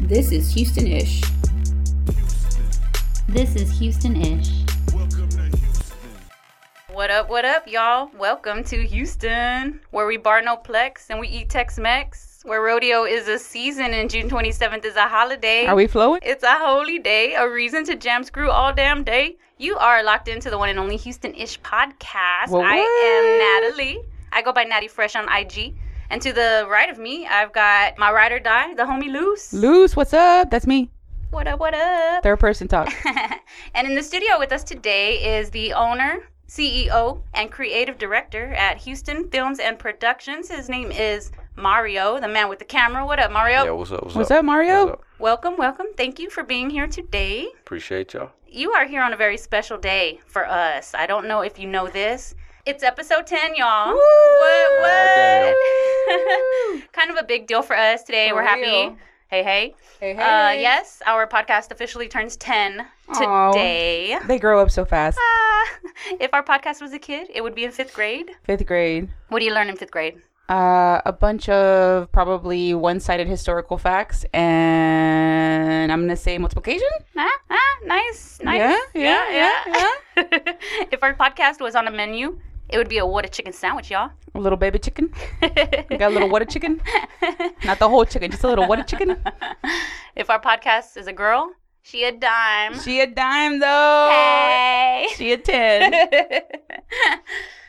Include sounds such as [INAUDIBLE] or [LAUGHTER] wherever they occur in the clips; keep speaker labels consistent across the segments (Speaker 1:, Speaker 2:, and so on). Speaker 1: This is Houston ish.
Speaker 2: This is Houston ish.
Speaker 1: What up, what up, y'all? Welcome to Houston, where we bar no plex and we eat Tex Mex, where rodeo is a season and June 27th is a holiday.
Speaker 3: Are we flowing?
Speaker 1: It's a holy day, a reason to jam screw all damn day. You are locked into the one and only Houston ish podcast.
Speaker 3: Well,
Speaker 1: I am
Speaker 3: what?
Speaker 1: Natalie. I go by Natty Fresh on IG. And to the right of me, I've got my ride or die, the homie Loose.
Speaker 3: Loose, what's up? That's me.
Speaker 1: What up, what up?
Speaker 3: Third person talk.
Speaker 1: [LAUGHS] and in the studio with us today is the owner, CEO, and creative director at Houston Films and Productions. His name is Mario, the man with the camera. What up, Mario?
Speaker 4: Yeah, what's up? What's,
Speaker 3: What's
Speaker 4: up?
Speaker 3: up, Mario?
Speaker 4: What's up?
Speaker 1: Welcome, welcome. Thank you for being here today.
Speaker 4: Appreciate y'all.
Speaker 1: You are here on a very special day for us. I don't know if you know this. It's episode 10, y'all. What,
Speaker 4: damn.
Speaker 1: what? [LAUGHS] kind of a big deal for us today.
Speaker 3: For
Speaker 1: We're happy.
Speaker 3: real.
Speaker 1: Hey, hey.
Speaker 3: Hey, hey.
Speaker 1: Uh, yes, our podcast officially turns 10
Speaker 3: Aw.
Speaker 1: today.
Speaker 3: They grow up so fast.
Speaker 1: Ah, if our podcast was a kid, it would be in fifth grade.
Speaker 3: Fifth grade.
Speaker 1: What do you learn in fifth grade?
Speaker 3: Uh, a bunch of probably one sided historical facts, and I'm going to say multiplication.
Speaker 1: Ah, ah, nice, nice.
Speaker 3: Yeah, yeah, yeah,
Speaker 1: [LAUGHS] if our podcast was on a menu, it would be a what a chicken sandwich, y'all.
Speaker 3: A little baby chicken. We got
Speaker 1: [LAUGHS]
Speaker 3: a little water chicken. Not the whole chicken, just a little water chicken.
Speaker 1: if our podcast is a girl, she a dime.
Speaker 3: She a dime, though.
Speaker 1: Hey.
Speaker 3: She a 10.
Speaker 1: [LAUGHS]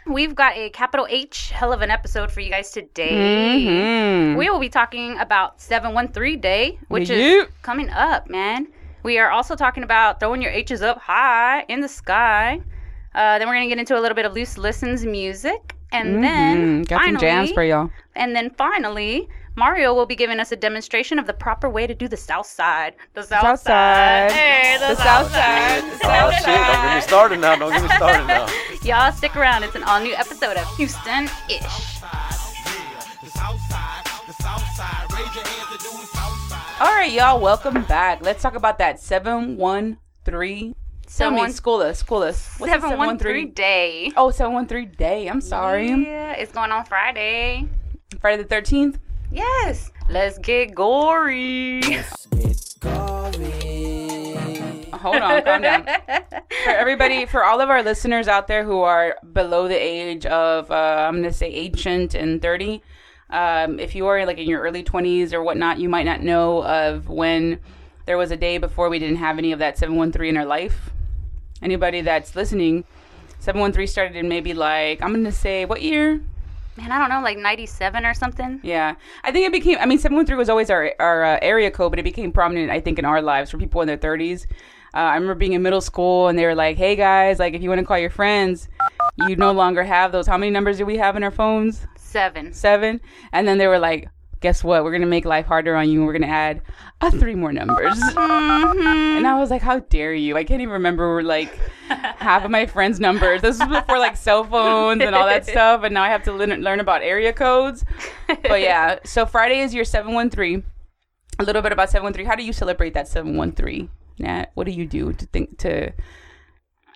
Speaker 1: We've got a capital H hell of an episode for you guys today.
Speaker 3: Mhm.
Speaker 1: We will be talking about 713 Day, which
Speaker 3: Yeah.
Speaker 1: is coming up, man. We are also talking about throwing your H's up high in the sky. Uh, then we're going to get into a little bit of Loose Listens music. And then,
Speaker 3: Mhm. got
Speaker 1: finally,
Speaker 3: some jams for y'all.
Speaker 1: and then finally, Mario will be giving us a demonstration of the proper way to do the South Side. The South,
Speaker 3: South side.
Speaker 1: Hey, the,
Speaker 3: The
Speaker 1: South
Speaker 3: South
Speaker 1: Side.
Speaker 4: Oh shit! Don't get me started now. Don't get me started now.
Speaker 1: [LAUGHS] Y'all stick around. It's an all new episode of Houston ish.
Speaker 3: All right, y'all, welcome back. Let's talk about that 713.
Speaker 1: Someone-
Speaker 3: Someone school us, school us. What's the
Speaker 1: 713 Day.
Speaker 3: Oh, 713 day. I'm sorry.
Speaker 1: Yeah, it's going on Friday.
Speaker 3: Friday the 13th.
Speaker 1: Yes. Let's get gory.
Speaker 3: Hold on,
Speaker 1: [LAUGHS]
Speaker 3: calm down. For everybody, for all of our listeners out there who are below the age of, uh, I'm going to say ancient and 30, um, if you are like in your early 20s or whatnot, you might not know of when there was a day before we didn't have any of that 713 in our life. Anybody that's listening, 713 started in maybe like, I'm going to say, what year?
Speaker 1: Man, I don't know, like 97 or something.
Speaker 3: Yeah, I think it became. I mean, seven one three was always our our uh, area code, but it became prominent. I think in our lives for people in their thirties. Uh, I remember being in middle school, and they were like, "Hey guys, like if you want to call your friends, you no longer have those. How many numbers do we have in our phones?
Speaker 1: Seven.
Speaker 3: Seven. And then they were like, "Guess what? We're gonna make life harder on you. and We're gonna add uh, three more numbers." [LAUGHS]
Speaker 1: Mm-hmm.
Speaker 3: And I was like, "How dare you? I can't even remember like half of my friends' numbers. This was before like cell phones and all that
Speaker 1: [LAUGHS]
Speaker 3: stuff, and now I have to learn, learn about area codes." But yeah, so Friday is your seven one three. A little bit about seven one three. How do you celebrate that seven one three? Nat, what do you do to think to?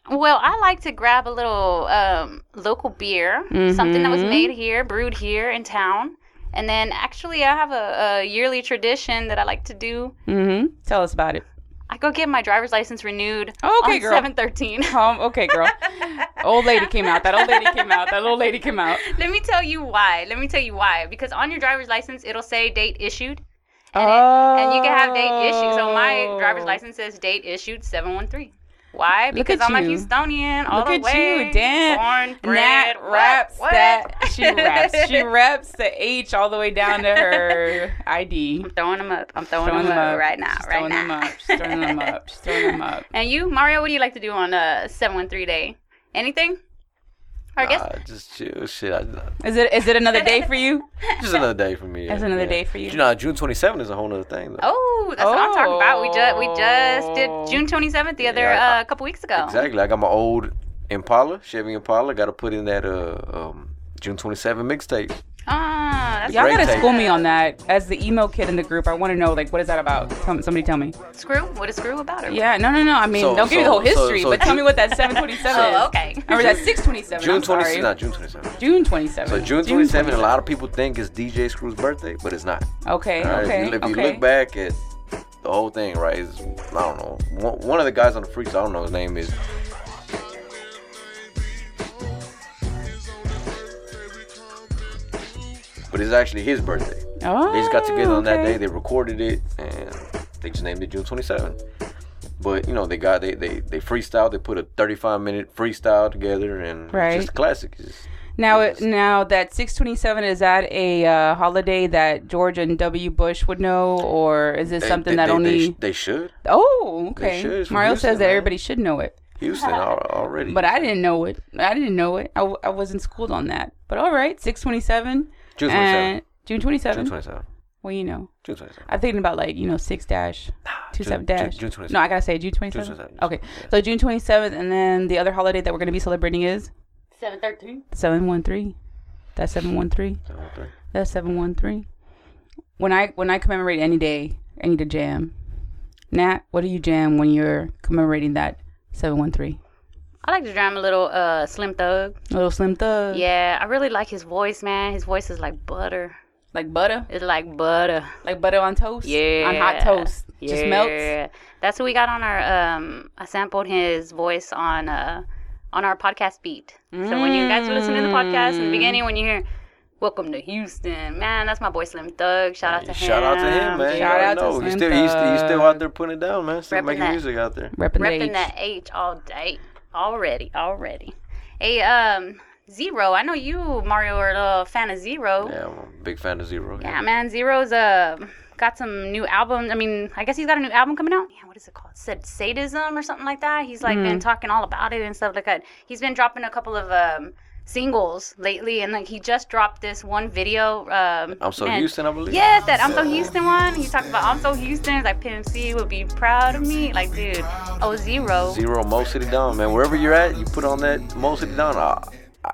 Speaker 1: Well, I like to grab a little um, local beer, something that was
Speaker 3: Mm-hmm.
Speaker 1: made here, brewed here in town. And then actually, I have a, a yearly tradition that I like to do.
Speaker 3: hmm Tell us about it.
Speaker 1: I go get my driver's license renewed
Speaker 3: Okay,
Speaker 1: on
Speaker 3: girl.
Speaker 1: 713.
Speaker 3: Um, okay, girl. old lady came out. That old lady came out. That old lady came out.
Speaker 1: [LAUGHS] Let me tell you why. Let me tell you why. Because on your driver's license, it'll say date issued. And,
Speaker 3: oh.
Speaker 1: and you can have date issued. So my driver's license says date issued 713. Why?
Speaker 3: Look
Speaker 1: Because
Speaker 3: at
Speaker 1: I'm a
Speaker 3: you.
Speaker 1: Houstonian all
Speaker 3: Look
Speaker 1: the
Speaker 3: at
Speaker 1: way.
Speaker 3: you, damn.
Speaker 1: Born,
Speaker 3: Nat
Speaker 1: bred, what?
Speaker 3: raps
Speaker 1: What?
Speaker 3: [LAUGHS] that. She raps. She raps the H all the way down to her [LAUGHS] ID.
Speaker 1: I'm throwing them up. I'm throwing,
Speaker 3: Throwing
Speaker 1: them,
Speaker 3: them
Speaker 1: up,
Speaker 3: up.
Speaker 1: right now.
Speaker 3: She's
Speaker 1: right
Speaker 3: throwing
Speaker 1: now.
Speaker 3: them up. She's throwing them [LAUGHS] up. She's throwing them up.
Speaker 1: [LAUGHS] and you, Mario, what do you like to do on uh 713 day? Anything? Or [LAUGHS] I guess
Speaker 3: Uh,
Speaker 4: Nah, just chill. Shit. I,
Speaker 3: Is it is it another day for [LAUGHS] you?
Speaker 4: just another day for me.
Speaker 3: That's another day for you.
Speaker 4: You know, June 27th is a whole nother thing. Though.
Speaker 1: Oh, that's what I'm talking about. We just we just did
Speaker 3: Oh.
Speaker 1: June 27th the other
Speaker 4: Yeah, I-
Speaker 1: uh, couple weeks ago.
Speaker 4: Exactly. I got my old Impala, Chevy Impala. Got to put in that uh, um, June 27 mixtape.
Speaker 1: Ah, that's
Speaker 3: Y'all
Speaker 4: Great
Speaker 3: gotta
Speaker 4: take.
Speaker 3: school me on that. As the emo kid in the group, I want to know like what is that about? Tell, somebody tell me.
Speaker 1: Screw? What is screw about it?
Speaker 3: Yeah, no, no, no. I mean,
Speaker 4: So-
Speaker 3: don't give me the
Speaker 4: so-
Speaker 3: whole history,
Speaker 4: so- so
Speaker 3: but tell
Speaker 4: Ju-
Speaker 3: me what [LAUGHS] that 727 is.
Speaker 1: Oh, okay.
Speaker 3: Or that 627.
Speaker 4: June
Speaker 3: I'm sorry.
Speaker 4: 27. Not June 27.
Speaker 3: June 27.
Speaker 4: So June 27. A lot of people think it's DJ Screw's birthday, but it's not.
Speaker 3: Okay,
Speaker 4: All right,
Speaker 3: okay,
Speaker 4: if you, if you
Speaker 3: okay.
Speaker 4: look back at the whole thing, right? Is I don't know. One, one of the guys on the freaks, I don't know his name is. But it's actually his birthday.
Speaker 3: Oh,
Speaker 4: They just got together on that
Speaker 3: okay.
Speaker 4: day. They recorded it and they just named it June 27th. But you know, they got they they they freestyle. They put a 35 minute freestyle together and
Speaker 3: Right.
Speaker 4: it's just a classic. It's just-
Speaker 3: Now, it- now that 627 is that a uh, holiday that George and W. Bush would know, or is this
Speaker 4: they-
Speaker 3: something
Speaker 4: they-
Speaker 3: that
Speaker 4: they-
Speaker 3: only?
Speaker 4: they, sh- they should
Speaker 3: oh, okay.
Speaker 4: should. It's from
Speaker 3: Mario
Speaker 4: Houston,
Speaker 3: says that
Speaker 4: man.
Speaker 3: everybody should know it,
Speaker 4: Houston al- already.
Speaker 3: but I didn't know it. I didn't know it. I, w- I wasn't schooled on that. But all right, 627
Speaker 4: June 27th.
Speaker 3: and June
Speaker 4: June
Speaker 3: 27.
Speaker 4: 27th.
Speaker 3: Well, you know,
Speaker 4: June 27th.
Speaker 3: I'm thinking about like you know six dash. Two seven dash.
Speaker 4: June, June 27th.
Speaker 3: No, I gotta say June twenty
Speaker 4: June
Speaker 3: seventh.
Speaker 4: 27th.
Speaker 3: Okay, so June twenty seventh, and then the other holiday that we're gonna be celebrating is
Speaker 1: Seven thirteen.
Speaker 3: seven one three. That's seven one three.
Speaker 4: Okay.
Speaker 3: That's seven one three. When I when I commemorate any day, I need to jam. Nat, what do you jam when you're commemorating that seven one three?
Speaker 1: I like to drum a little uh, Slim Thug.
Speaker 3: Little Slim Thug,
Speaker 1: Yeah, I really like his voice, man. His voice is like butter.
Speaker 3: like butter,
Speaker 1: It's like butter.
Speaker 3: like butter on toast,
Speaker 1: Yeah.
Speaker 3: on hot toast, just melts.
Speaker 1: Yeah. That's what we got on our um I sampled his voice on uh on our podcast beat. So when you guys are listening to the podcast
Speaker 4: Mm.
Speaker 1: in the beginning when you hear Welcome to Houston, man, that's my boy Slim Thug. Shout out to him.
Speaker 4: Shout out to him, man.
Speaker 3: Shout
Speaker 4: Shout
Speaker 3: out to
Speaker 4: out know. He's
Speaker 3: Slim
Speaker 4: still, he's, still, he's still
Speaker 3: Thug.
Speaker 4: out there putting it down, man. Still
Speaker 1: Reppin'
Speaker 4: making
Speaker 1: that.
Speaker 4: music out there.
Speaker 3: Repping, the
Speaker 1: Repping
Speaker 3: H.
Speaker 1: that H all day. Already, already. Hey, um, Zero. I know you, Mario, are a little fan of Zero.
Speaker 4: Yeah, I'm a big fan of Zero.
Speaker 1: Yeah, man, Zero's uh got some new album. I mean, I guess he's got a new album coming out. Yeah, what is it called? Said sadism or something like that. He's like
Speaker 4: Mm.
Speaker 1: been talking all about it and stuff like that. He's been dropping a couple of um singles lately, and like he just dropped this one video. Um,
Speaker 4: I'm so
Speaker 1: man.
Speaker 4: Houston, I believe.
Speaker 1: Yes, that I'm so Houston one. He talked about I'm so Houston. It's like PMC would be proud of me. Like, dude, oh zero.
Speaker 4: Zero, Mo City Down, man. Wherever you're at, you put on that Mo City Down. I,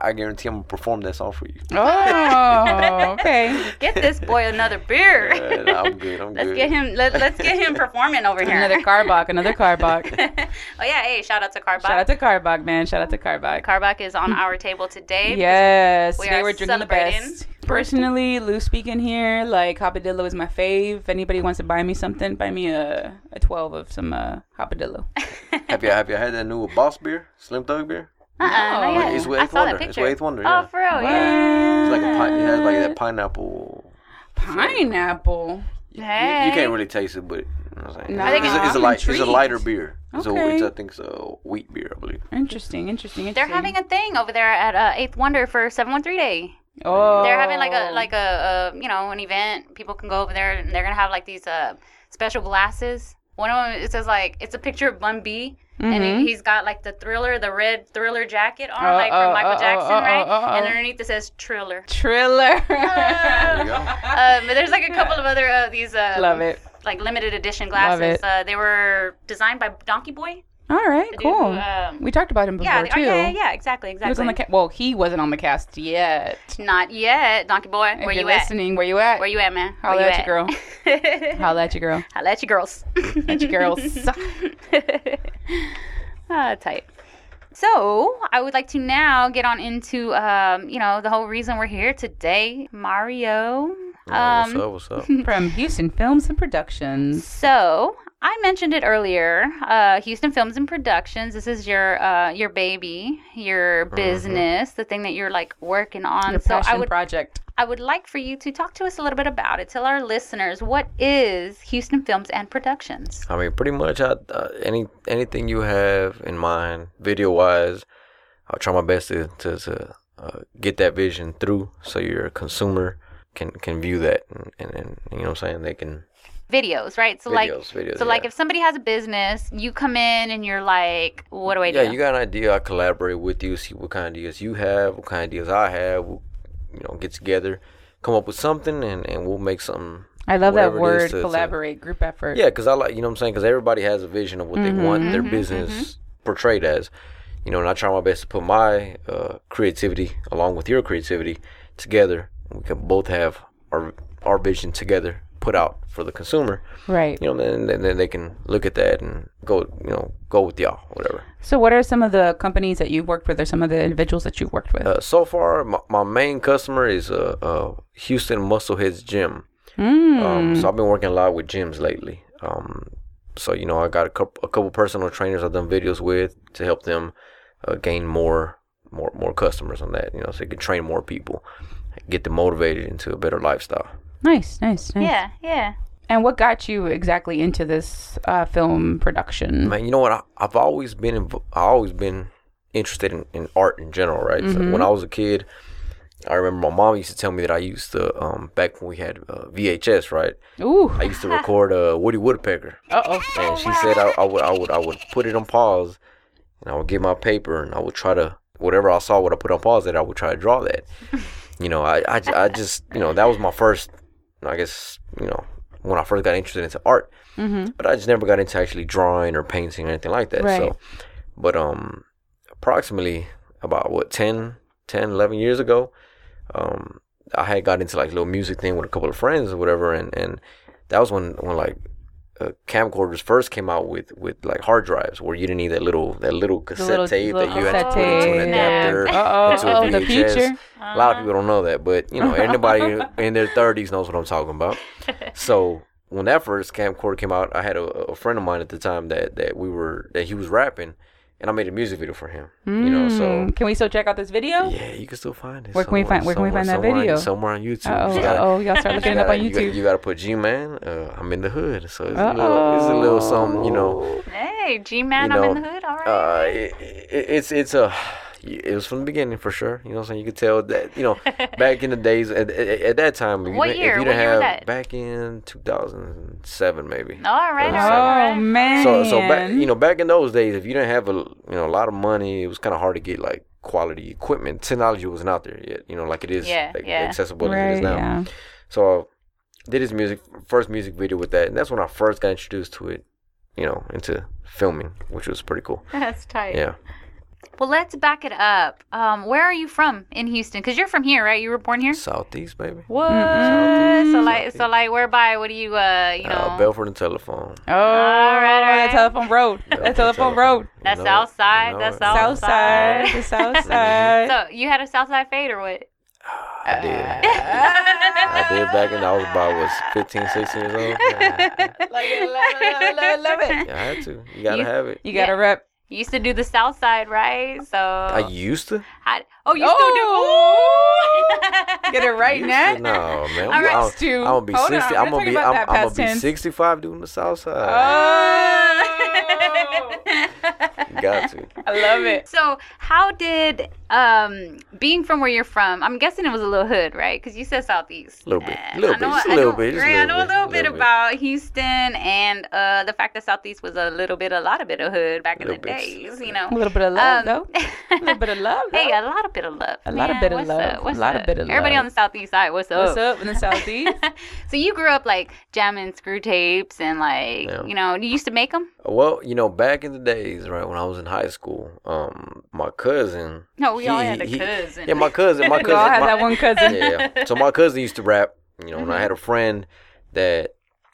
Speaker 4: I guarantee I'm gonna perform that
Speaker 1: [LAUGHS]
Speaker 4: song for you.
Speaker 3: Oh, okay.
Speaker 1: Get this boy another beer.
Speaker 4: [LAUGHS] Yeah, nah, I'm good.
Speaker 1: [LAUGHS]
Speaker 4: I'm
Speaker 1: let's
Speaker 4: good.
Speaker 1: get him. Let, let's get him performing over here.
Speaker 3: Another Carbach, another Carbach.
Speaker 1: [LAUGHS] oh yeah, hey, shout out to Carbach.
Speaker 3: Shout out to Carbach, man. Shout out to Carbach.
Speaker 1: Carbach is
Speaker 3: [LAUGHS]
Speaker 1: on our table today.
Speaker 3: Yes,
Speaker 1: we
Speaker 3: they
Speaker 1: are
Speaker 3: were drinking the
Speaker 1: celebrating.
Speaker 3: best. Personally, Lou speaking here, like Hopadillo is my fave. If anybody wants to buy me something, buy me a, a 12 of some uh, Hopadillo.
Speaker 1: [LAUGHS]
Speaker 4: Have you have you had that new Boss beer, Slim Thug beer?
Speaker 1: [LAUGHS] Uh-uh,
Speaker 3: No.
Speaker 1: not yet.
Speaker 4: It's with
Speaker 1: I
Speaker 4: Eighth
Speaker 1: saw
Speaker 4: Wonder.
Speaker 1: that
Speaker 4: It's
Speaker 1: picture.
Speaker 4: with Eighth Wonder,
Speaker 1: Oh,
Speaker 4: yeah.
Speaker 1: for real, yeah.
Speaker 4: It's like a pine. It has like that pineapple.
Speaker 3: pineapple.
Speaker 4: You- You,
Speaker 1: Hey.
Speaker 4: you can't really taste it, but. you know what I'm saying?
Speaker 3: Nah,
Speaker 4: it's, a- it's a
Speaker 3: I'm
Speaker 4: light, it's a lighter
Speaker 3: intrigued.
Speaker 4: beer. So
Speaker 3: Okay.
Speaker 4: it's, I think it's a wheat beer, I believe.
Speaker 3: Interesting, interesting, interesting.
Speaker 1: They're having a thing over there at uh, Eighth Wonder for 713 Day.
Speaker 3: oh.
Speaker 1: They're having like a like a, uh you know an event. People can go over there and they're gonna have like these uh, special glasses. One of them it says like it's a picture of Bun B. And
Speaker 3: Mhm.
Speaker 1: he, he's got like the thriller, the red thriller jacket on,
Speaker 3: Oh,
Speaker 1: like from
Speaker 3: oh,
Speaker 1: Michael
Speaker 3: oh,
Speaker 1: Jackson,
Speaker 3: oh, oh,
Speaker 1: right?
Speaker 3: oh, oh.
Speaker 1: And underneath it says Triller. [LAUGHS]
Speaker 3: Triller.
Speaker 4: There you go.
Speaker 1: um, but there's like a couple of other uh, these uh,
Speaker 3: [LAUGHS] Love it.
Speaker 1: like limited edition
Speaker 3: Love
Speaker 1: glasses.
Speaker 3: it.
Speaker 1: Uh, they were designed by Donkey Boy.
Speaker 3: All right,
Speaker 1: The dude
Speaker 3: cool.
Speaker 1: who, um,
Speaker 3: we talked about him before,
Speaker 1: Yeah,
Speaker 3: too.
Speaker 1: the- okay, yeah, exactly, exactly.
Speaker 3: He was on the ca- well, he wasn't on the cast yet.
Speaker 1: Not yet, Donkey Boy.
Speaker 3: If
Speaker 1: where you
Speaker 3: you're listening, where you at?
Speaker 1: at? Where you at, man? Where
Speaker 3: Holla
Speaker 1: you
Speaker 3: at your
Speaker 1: [LAUGHS] at?
Speaker 3: Holla at your girl.
Speaker 1: Holla at your girls. [LAUGHS]
Speaker 3: At your girls.
Speaker 1: ah, tight. So I would like to now get on into um, you know the whole reason we're here today, Mario. Um,
Speaker 4: Oh, what's up? What's up?
Speaker 3: From Houston Films and Productions.
Speaker 1: So I mentioned it earlier. Uh, Houston Films and Productions. This is your uh, your baby, your
Speaker 4: Mm-hmm.
Speaker 1: business, the thing that you're like working on.
Speaker 3: Your
Speaker 1: so
Speaker 3: passion
Speaker 1: I would
Speaker 3: project.
Speaker 1: I would like for you to talk to us a little bit about it. Tell our listeners what is Houston Films and Productions.
Speaker 4: I mean, pretty much, I, uh, any anything you have in mind, video wise, I'll try my best to to, to uh, get that vision through, so your consumer can can view that, and, and, and you know what I'm saying. They can
Speaker 1: Videos, right? So like
Speaker 4: videos, videos.
Speaker 1: so like
Speaker 4: yeah.
Speaker 1: if somebody has a business, you come in and you're like, what do I do?
Speaker 4: yeah, you got an idea. I collaborate with you, see what kind of deals you have, what kind of deals I have. We'll, you know, get together, come up with something, and, and we'll make something.
Speaker 3: I love that
Speaker 4: whatever it is
Speaker 3: word,
Speaker 4: to- to-
Speaker 3: collaborate, group effort.
Speaker 4: Yeah, because I like, you know what I'm saying? Because everybody has a vision of what they want their business portrayed as. You know, and I try my best to put my uh, creativity along with your creativity together. We can both have our our vision together put out for the consumer.
Speaker 3: Right.
Speaker 4: You know, and then, then they can look at that and go, you know, go with y'all, whatever.
Speaker 3: So, what are some of the companies that you've worked with or some of the individuals that you've worked with?
Speaker 4: Uh, so far, my, my main customer is uh, uh, Houston Muscleheads Gym. Um, so I've been working a lot with gyms lately. Um, so you know, I got a couple, a couple personal trainers I've done videos with to help them uh, gain more, more, more customers on that. You know, so you can train more people, get them motivated into a better lifestyle.
Speaker 3: Nice, nice, nice.
Speaker 1: Yeah, yeah.
Speaker 3: And what got you exactly into this uh, film production?
Speaker 4: Man, you know what? I, I've always been, inv- I always been interested in, in art in general, right? So when I was a kid, I remember my mom used to tell me that I used to, um, back when we had uh, VHS, right?
Speaker 3: Ooh.
Speaker 4: I used to record uh, Woody Woodpecker.
Speaker 3: Uh oh.
Speaker 4: And she said I, I would I would I would put it on pause and I would get my paper and I would try to whatever I saw what I put on pause that I would try to draw that. You know, I, I, j- I just you know, that was my first I guess, you know, when I first got interested into art. Mm-hmm. But I just never got into actually drawing or painting or anything like that.
Speaker 3: Right.
Speaker 4: So but um approximately about what 10, 10, 11 years ago, um I had got into like a little music thing with a couple of friends or whatever and and that was when when like uh, camcorders first came out with with like hard drives where you didn't need that little that little cassette
Speaker 3: little-
Speaker 4: tape
Speaker 3: little
Speaker 4: that you had to put
Speaker 3: cassette
Speaker 4: into an
Speaker 3: tape.
Speaker 4: adapter
Speaker 3: Uh-oh,
Speaker 4: into a
Speaker 3: uh-oh, Oh, the
Speaker 4: VHS.
Speaker 3: future.
Speaker 4: A lot of people don't know that, but
Speaker 3: [LAUGHS]
Speaker 4: you know anybody in their thirties knows what I'm talking about. So when that first camcorder came out, I had a, a friend of mine at the time that that we were that he was rapping, and I made a music video for him. You know, so.
Speaker 3: Mm, Can we still check out this video?
Speaker 4: Yeah, you can still find it.
Speaker 3: Mm. Where can we
Speaker 4: somewhere,
Speaker 3: find- where can we
Speaker 4: somewhere,
Speaker 3: find that
Speaker 4: somewhere on-
Speaker 3: video?
Speaker 4: Somewhere on YouTube.
Speaker 3: Uh
Speaker 4: You
Speaker 3: oh.
Speaker 4: gotta-
Speaker 3: Oh, y'all start looking it up on
Speaker 4: you gotta-
Speaker 3: YouTube.
Speaker 4: You got to put G Man. Uh, I'm in the hood, so it's a little, it's a little something, you know.
Speaker 1: Hey, G Man,
Speaker 4: You
Speaker 1: I'm
Speaker 4: know,
Speaker 1: in the hood. All right.
Speaker 4: Uh, it, it, it's it's a it was from the beginning for sure. You know, what I'm saying you could tell that you know
Speaker 1: [LAUGHS]
Speaker 4: back in the days at, at, at that time. if you
Speaker 1: What
Speaker 4: didn't-
Speaker 1: year?
Speaker 4: If you
Speaker 1: What
Speaker 4: didn't
Speaker 1: year
Speaker 4: have
Speaker 1: was that?
Speaker 4: back in 2007, maybe.
Speaker 1: all right. All
Speaker 4: so-
Speaker 1: right.
Speaker 3: Oh man.
Speaker 4: So so back you know back in those days, if you didn't have a you know a lot of money, it was kind of hard to get like quality equipment. Technology wasn't out there yet. You know, like it is
Speaker 1: Yeah,
Speaker 4: like,
Speaker 1: yeah.
Speaker 4: accessible as it
Speaker 3: right,
Speaker 4: is now.
Speaker 3: yeah.
Speaker 4: So I did his music first music video with that, and that's when I first got introduced to it, you know, into filming, which was pretty cool.
Speaker 1: [LAUGHS] That's tight.
Speaker 4: Yeah.
Speaker 1: Well, let's back it up. Um, where are you from in Houston? Because you're from here, right? You were born here.
Speaker 4: Southeast, baby.
Speaker 1: What?
Speaker 4: Mm-mm.
Speaker 1: So like, so
Speaker 4: Southeast.
Speaker 1: like, whereby? What do you, uh, you know?
Speaker 4: Uh, Belford and Telephone.
Speaker 3: [LAUGHS] Oh,
Speaker 1: right, all
Speaker 3: that
Speaker 1: right.
Speaker 3: telephone road.
Speaker 4: Belford
Speaker 3: That
Speaker 4: and
Speaker 3: telephone road.
Speaker 4: You
Speaker 1: That's
Speaker 4: know it.
Speaker 1: outside.
Speaker 4: You know
Speaker 1: That's
Speaker 4: it.
Speaker 3: South
Speaker 1: outside.
Speaker 3: side. The
Speaker 4: [LAUGHS]
Speaker 3: south side.
Speaker 1: So you had a Southside fade or what?
Speaker 4: [SIGHS] I did.
Speaker 1: [LAUGHS]
Speaker 4: I did back in. I was about was 15, 16 years old.
Speaker 1: [LAUGHS]
Speaker 4: Yeah,
Speaker 3: love it, love it, love it, love it.
Speaker 4: [LAUGHS] I had to. You gotta
Speaker 1: You-
Speaker 4: have it.
Speaker 3: You gotta rep.
Speaker 1: You used to do the South Side, right? So
Speaker 3: uh,
Speaker 4: I used to.
Speaker 1: how- oh, you
Speaker 3: [LAUGHS]
Speaker 1: [LAUGHS]
Speaker 4: Oh!
Speaker 1: still do.
Speaker 3: Oh! Get it right
Speaker 4: Used
Speaker 3: now.
Speaker 4: to? No, man.
Speaker 1: All right,
Speaker 4: I'm,
Speaker 3: Stu.
Speaker 4: I'm gonna be
Speaker 3: Hold on,
Speaker 4: 60.
Speaker 3: we're
Speaker 4: I'm gonna
Speaker 3: talking
Speaker 4: be.
Speaker 3: about
Speaker 4: I'm,
Speaker 3: that
Speaker 4: I'm gonna
Speaker 3: past
Speaker 4: be
Speaker 3: tense.
Speaker 4: 65 doing the South Side.
Speaker 3: Oh,
Speaker 1: [LAUGHS]
Speaker 4: You Got
Speaker 3: [LAUGHS]
Speaker 4: to.
Speaker 3: I love it.
Speaker 1: so how did um being from where you're from? I'm guessing it was a little hood, right? Because you said southeast.
Speaker 4: Little bit.
Speaker 1: Eh,
Speaker 4: Little
Speaker 1: I know-
Speaker 4: bit. Just a
Speaker 1: I
Speaker 4: little
Speaker 1: know-
Speaker 4: bit. Just a
Speaker 1: right, I
Speaker 4: little
Speaker 1: know a
Speaker 4: bit.
Speaker 1: little bit
Speaker 4: Little bit.
Speaker 1: about Houston and uh, the fact that southeast was a little bit, a lot of bit of hood back in the
Speaker 4: Little bit.
Speaker 1: days. You know.
Speaker 3: A little bit of love, though. A little
Speaker 1: Um, [LAUGHS]
Speaker 3: bit of love.
Speaker 1: Hey,
Speaker 3: though.
Speaker 1: a lot of bit of love.
Speaker 3: A lot of
Speaker 1: man.
Speaker 3: bit of
Speaker 1: What's
Speaker 3: love.
Speaker 1: Up?
Speaker 3: A
Speaker 1: What's
Speaker 3: lot
Speaker 1: up?
Speaker 3: of bit of
Speaker 1: Everybody
Speaker 3: love.
Speaker 1: on the southeast side, what's up?
Speaker 3: What's up in the [LAUGHS] southeast?
Speaker 1: [LAUGHS] so you grew up like jamming screw tapes and like
Speaker 4: Yeah.
Speaker 1: you know you used to make them.
Speaker 4: Well, you know, back in the days, right when I was in high school, um, my cousin.
Speaker 1: No, we all
Speaker 4: he-
Speaker 1: had a
Speaker 4: he-
Speaker 1: cousin.
Speaker 4: Yeah, my cousin. My
Speaker 3: [LAUGHS]
Speaker 4: cousin.
Speaker 3: We all had
Speaker 4: my-
Speaker 3: that one cousin.
Speaker 4: yeah. So my cousin used to rap, you know, and I had a friend that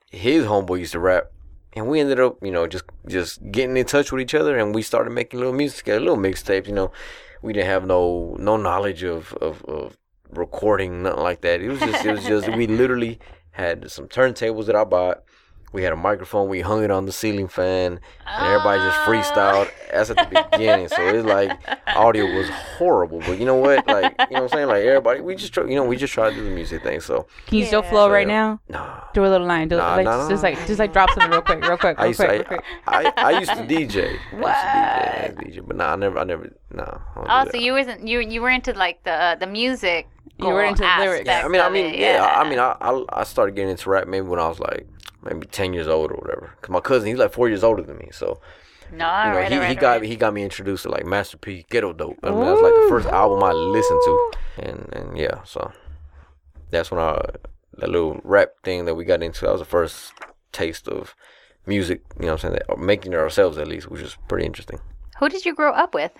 Speaker 4: his homeboy used to rap, and we ended up, you know, just just getting in touch with each other, and we started making little music, together, little mixtapes. You know, we didn't have no no knowledge of of, of recording, nothing like that. It was just it was just
Speaker 1: [LAUGHS]
Speaker 4: we literally had some turntables that I bought. We had a microphone. We hung it on the ceiling fan, and everybody just
Speaker 1: Ah.
Speaker 4: freestyled. That's at the beginning, so it's like audio was horrible. But you know what? Like you know, what I'm saying like everybody, we just try, you know we just tried to do the music thing. So
Speaker 3: Can you still
Speaker 1: Yeah.
Speaker 3: flow right
Speaker 4: Yeah.
Speaker 3: now?
Speaker 4: nah,
Speaker 3: Do a little line. Do
Speaker 4: Nah,
Speaker 3: like, just,
Speaker 4: nah, nah.
Speaker 3: just like just like drop something real quick, real quick,
Speaker 4: I
Speaker 3: real
Speaker 4: used
Speaker 3: quick, real
Speaker 4: to
Speaker 3: quick.
Speaker 4: I, I, I used to DJ.
Speaker 1: [LAUGHS]
Speaker 4: I used to DJ, I used to DJ, but nah, I never I never nah. I don't do
Speaker 1: Oh,
Speaker 4: that.
Speaker 1: so you wasn't you you were into like the uh, the music.
Speaker 3: You were into the lyrics.
Speaker 4: Yeah, I mean, I mean,
Speaker 1: it.
Speaker 4: yeah, I I mean, I, I I started getting into rap maybe when I was like maybe ten years old or whatever. Cause my cousin, he's like four years older than me, so
Speaker 1: no,
Speaker 4: you know
Speaker 1: right,
Speaker 4: he,
Speaker 1: right,
Speaker 4: he
Speaker 1: right.
Speaker 4: got he got me introduced to like Master P, Ghetto Dope. I mean, that was like the first album I listened to, and and yeah, so that's when I that little rap thing that we got into. That was the first taste of music. You know, what I'm saying that or making it ourselves at least, which is pretty interesting.
Speaker 1: Who did you grow up with,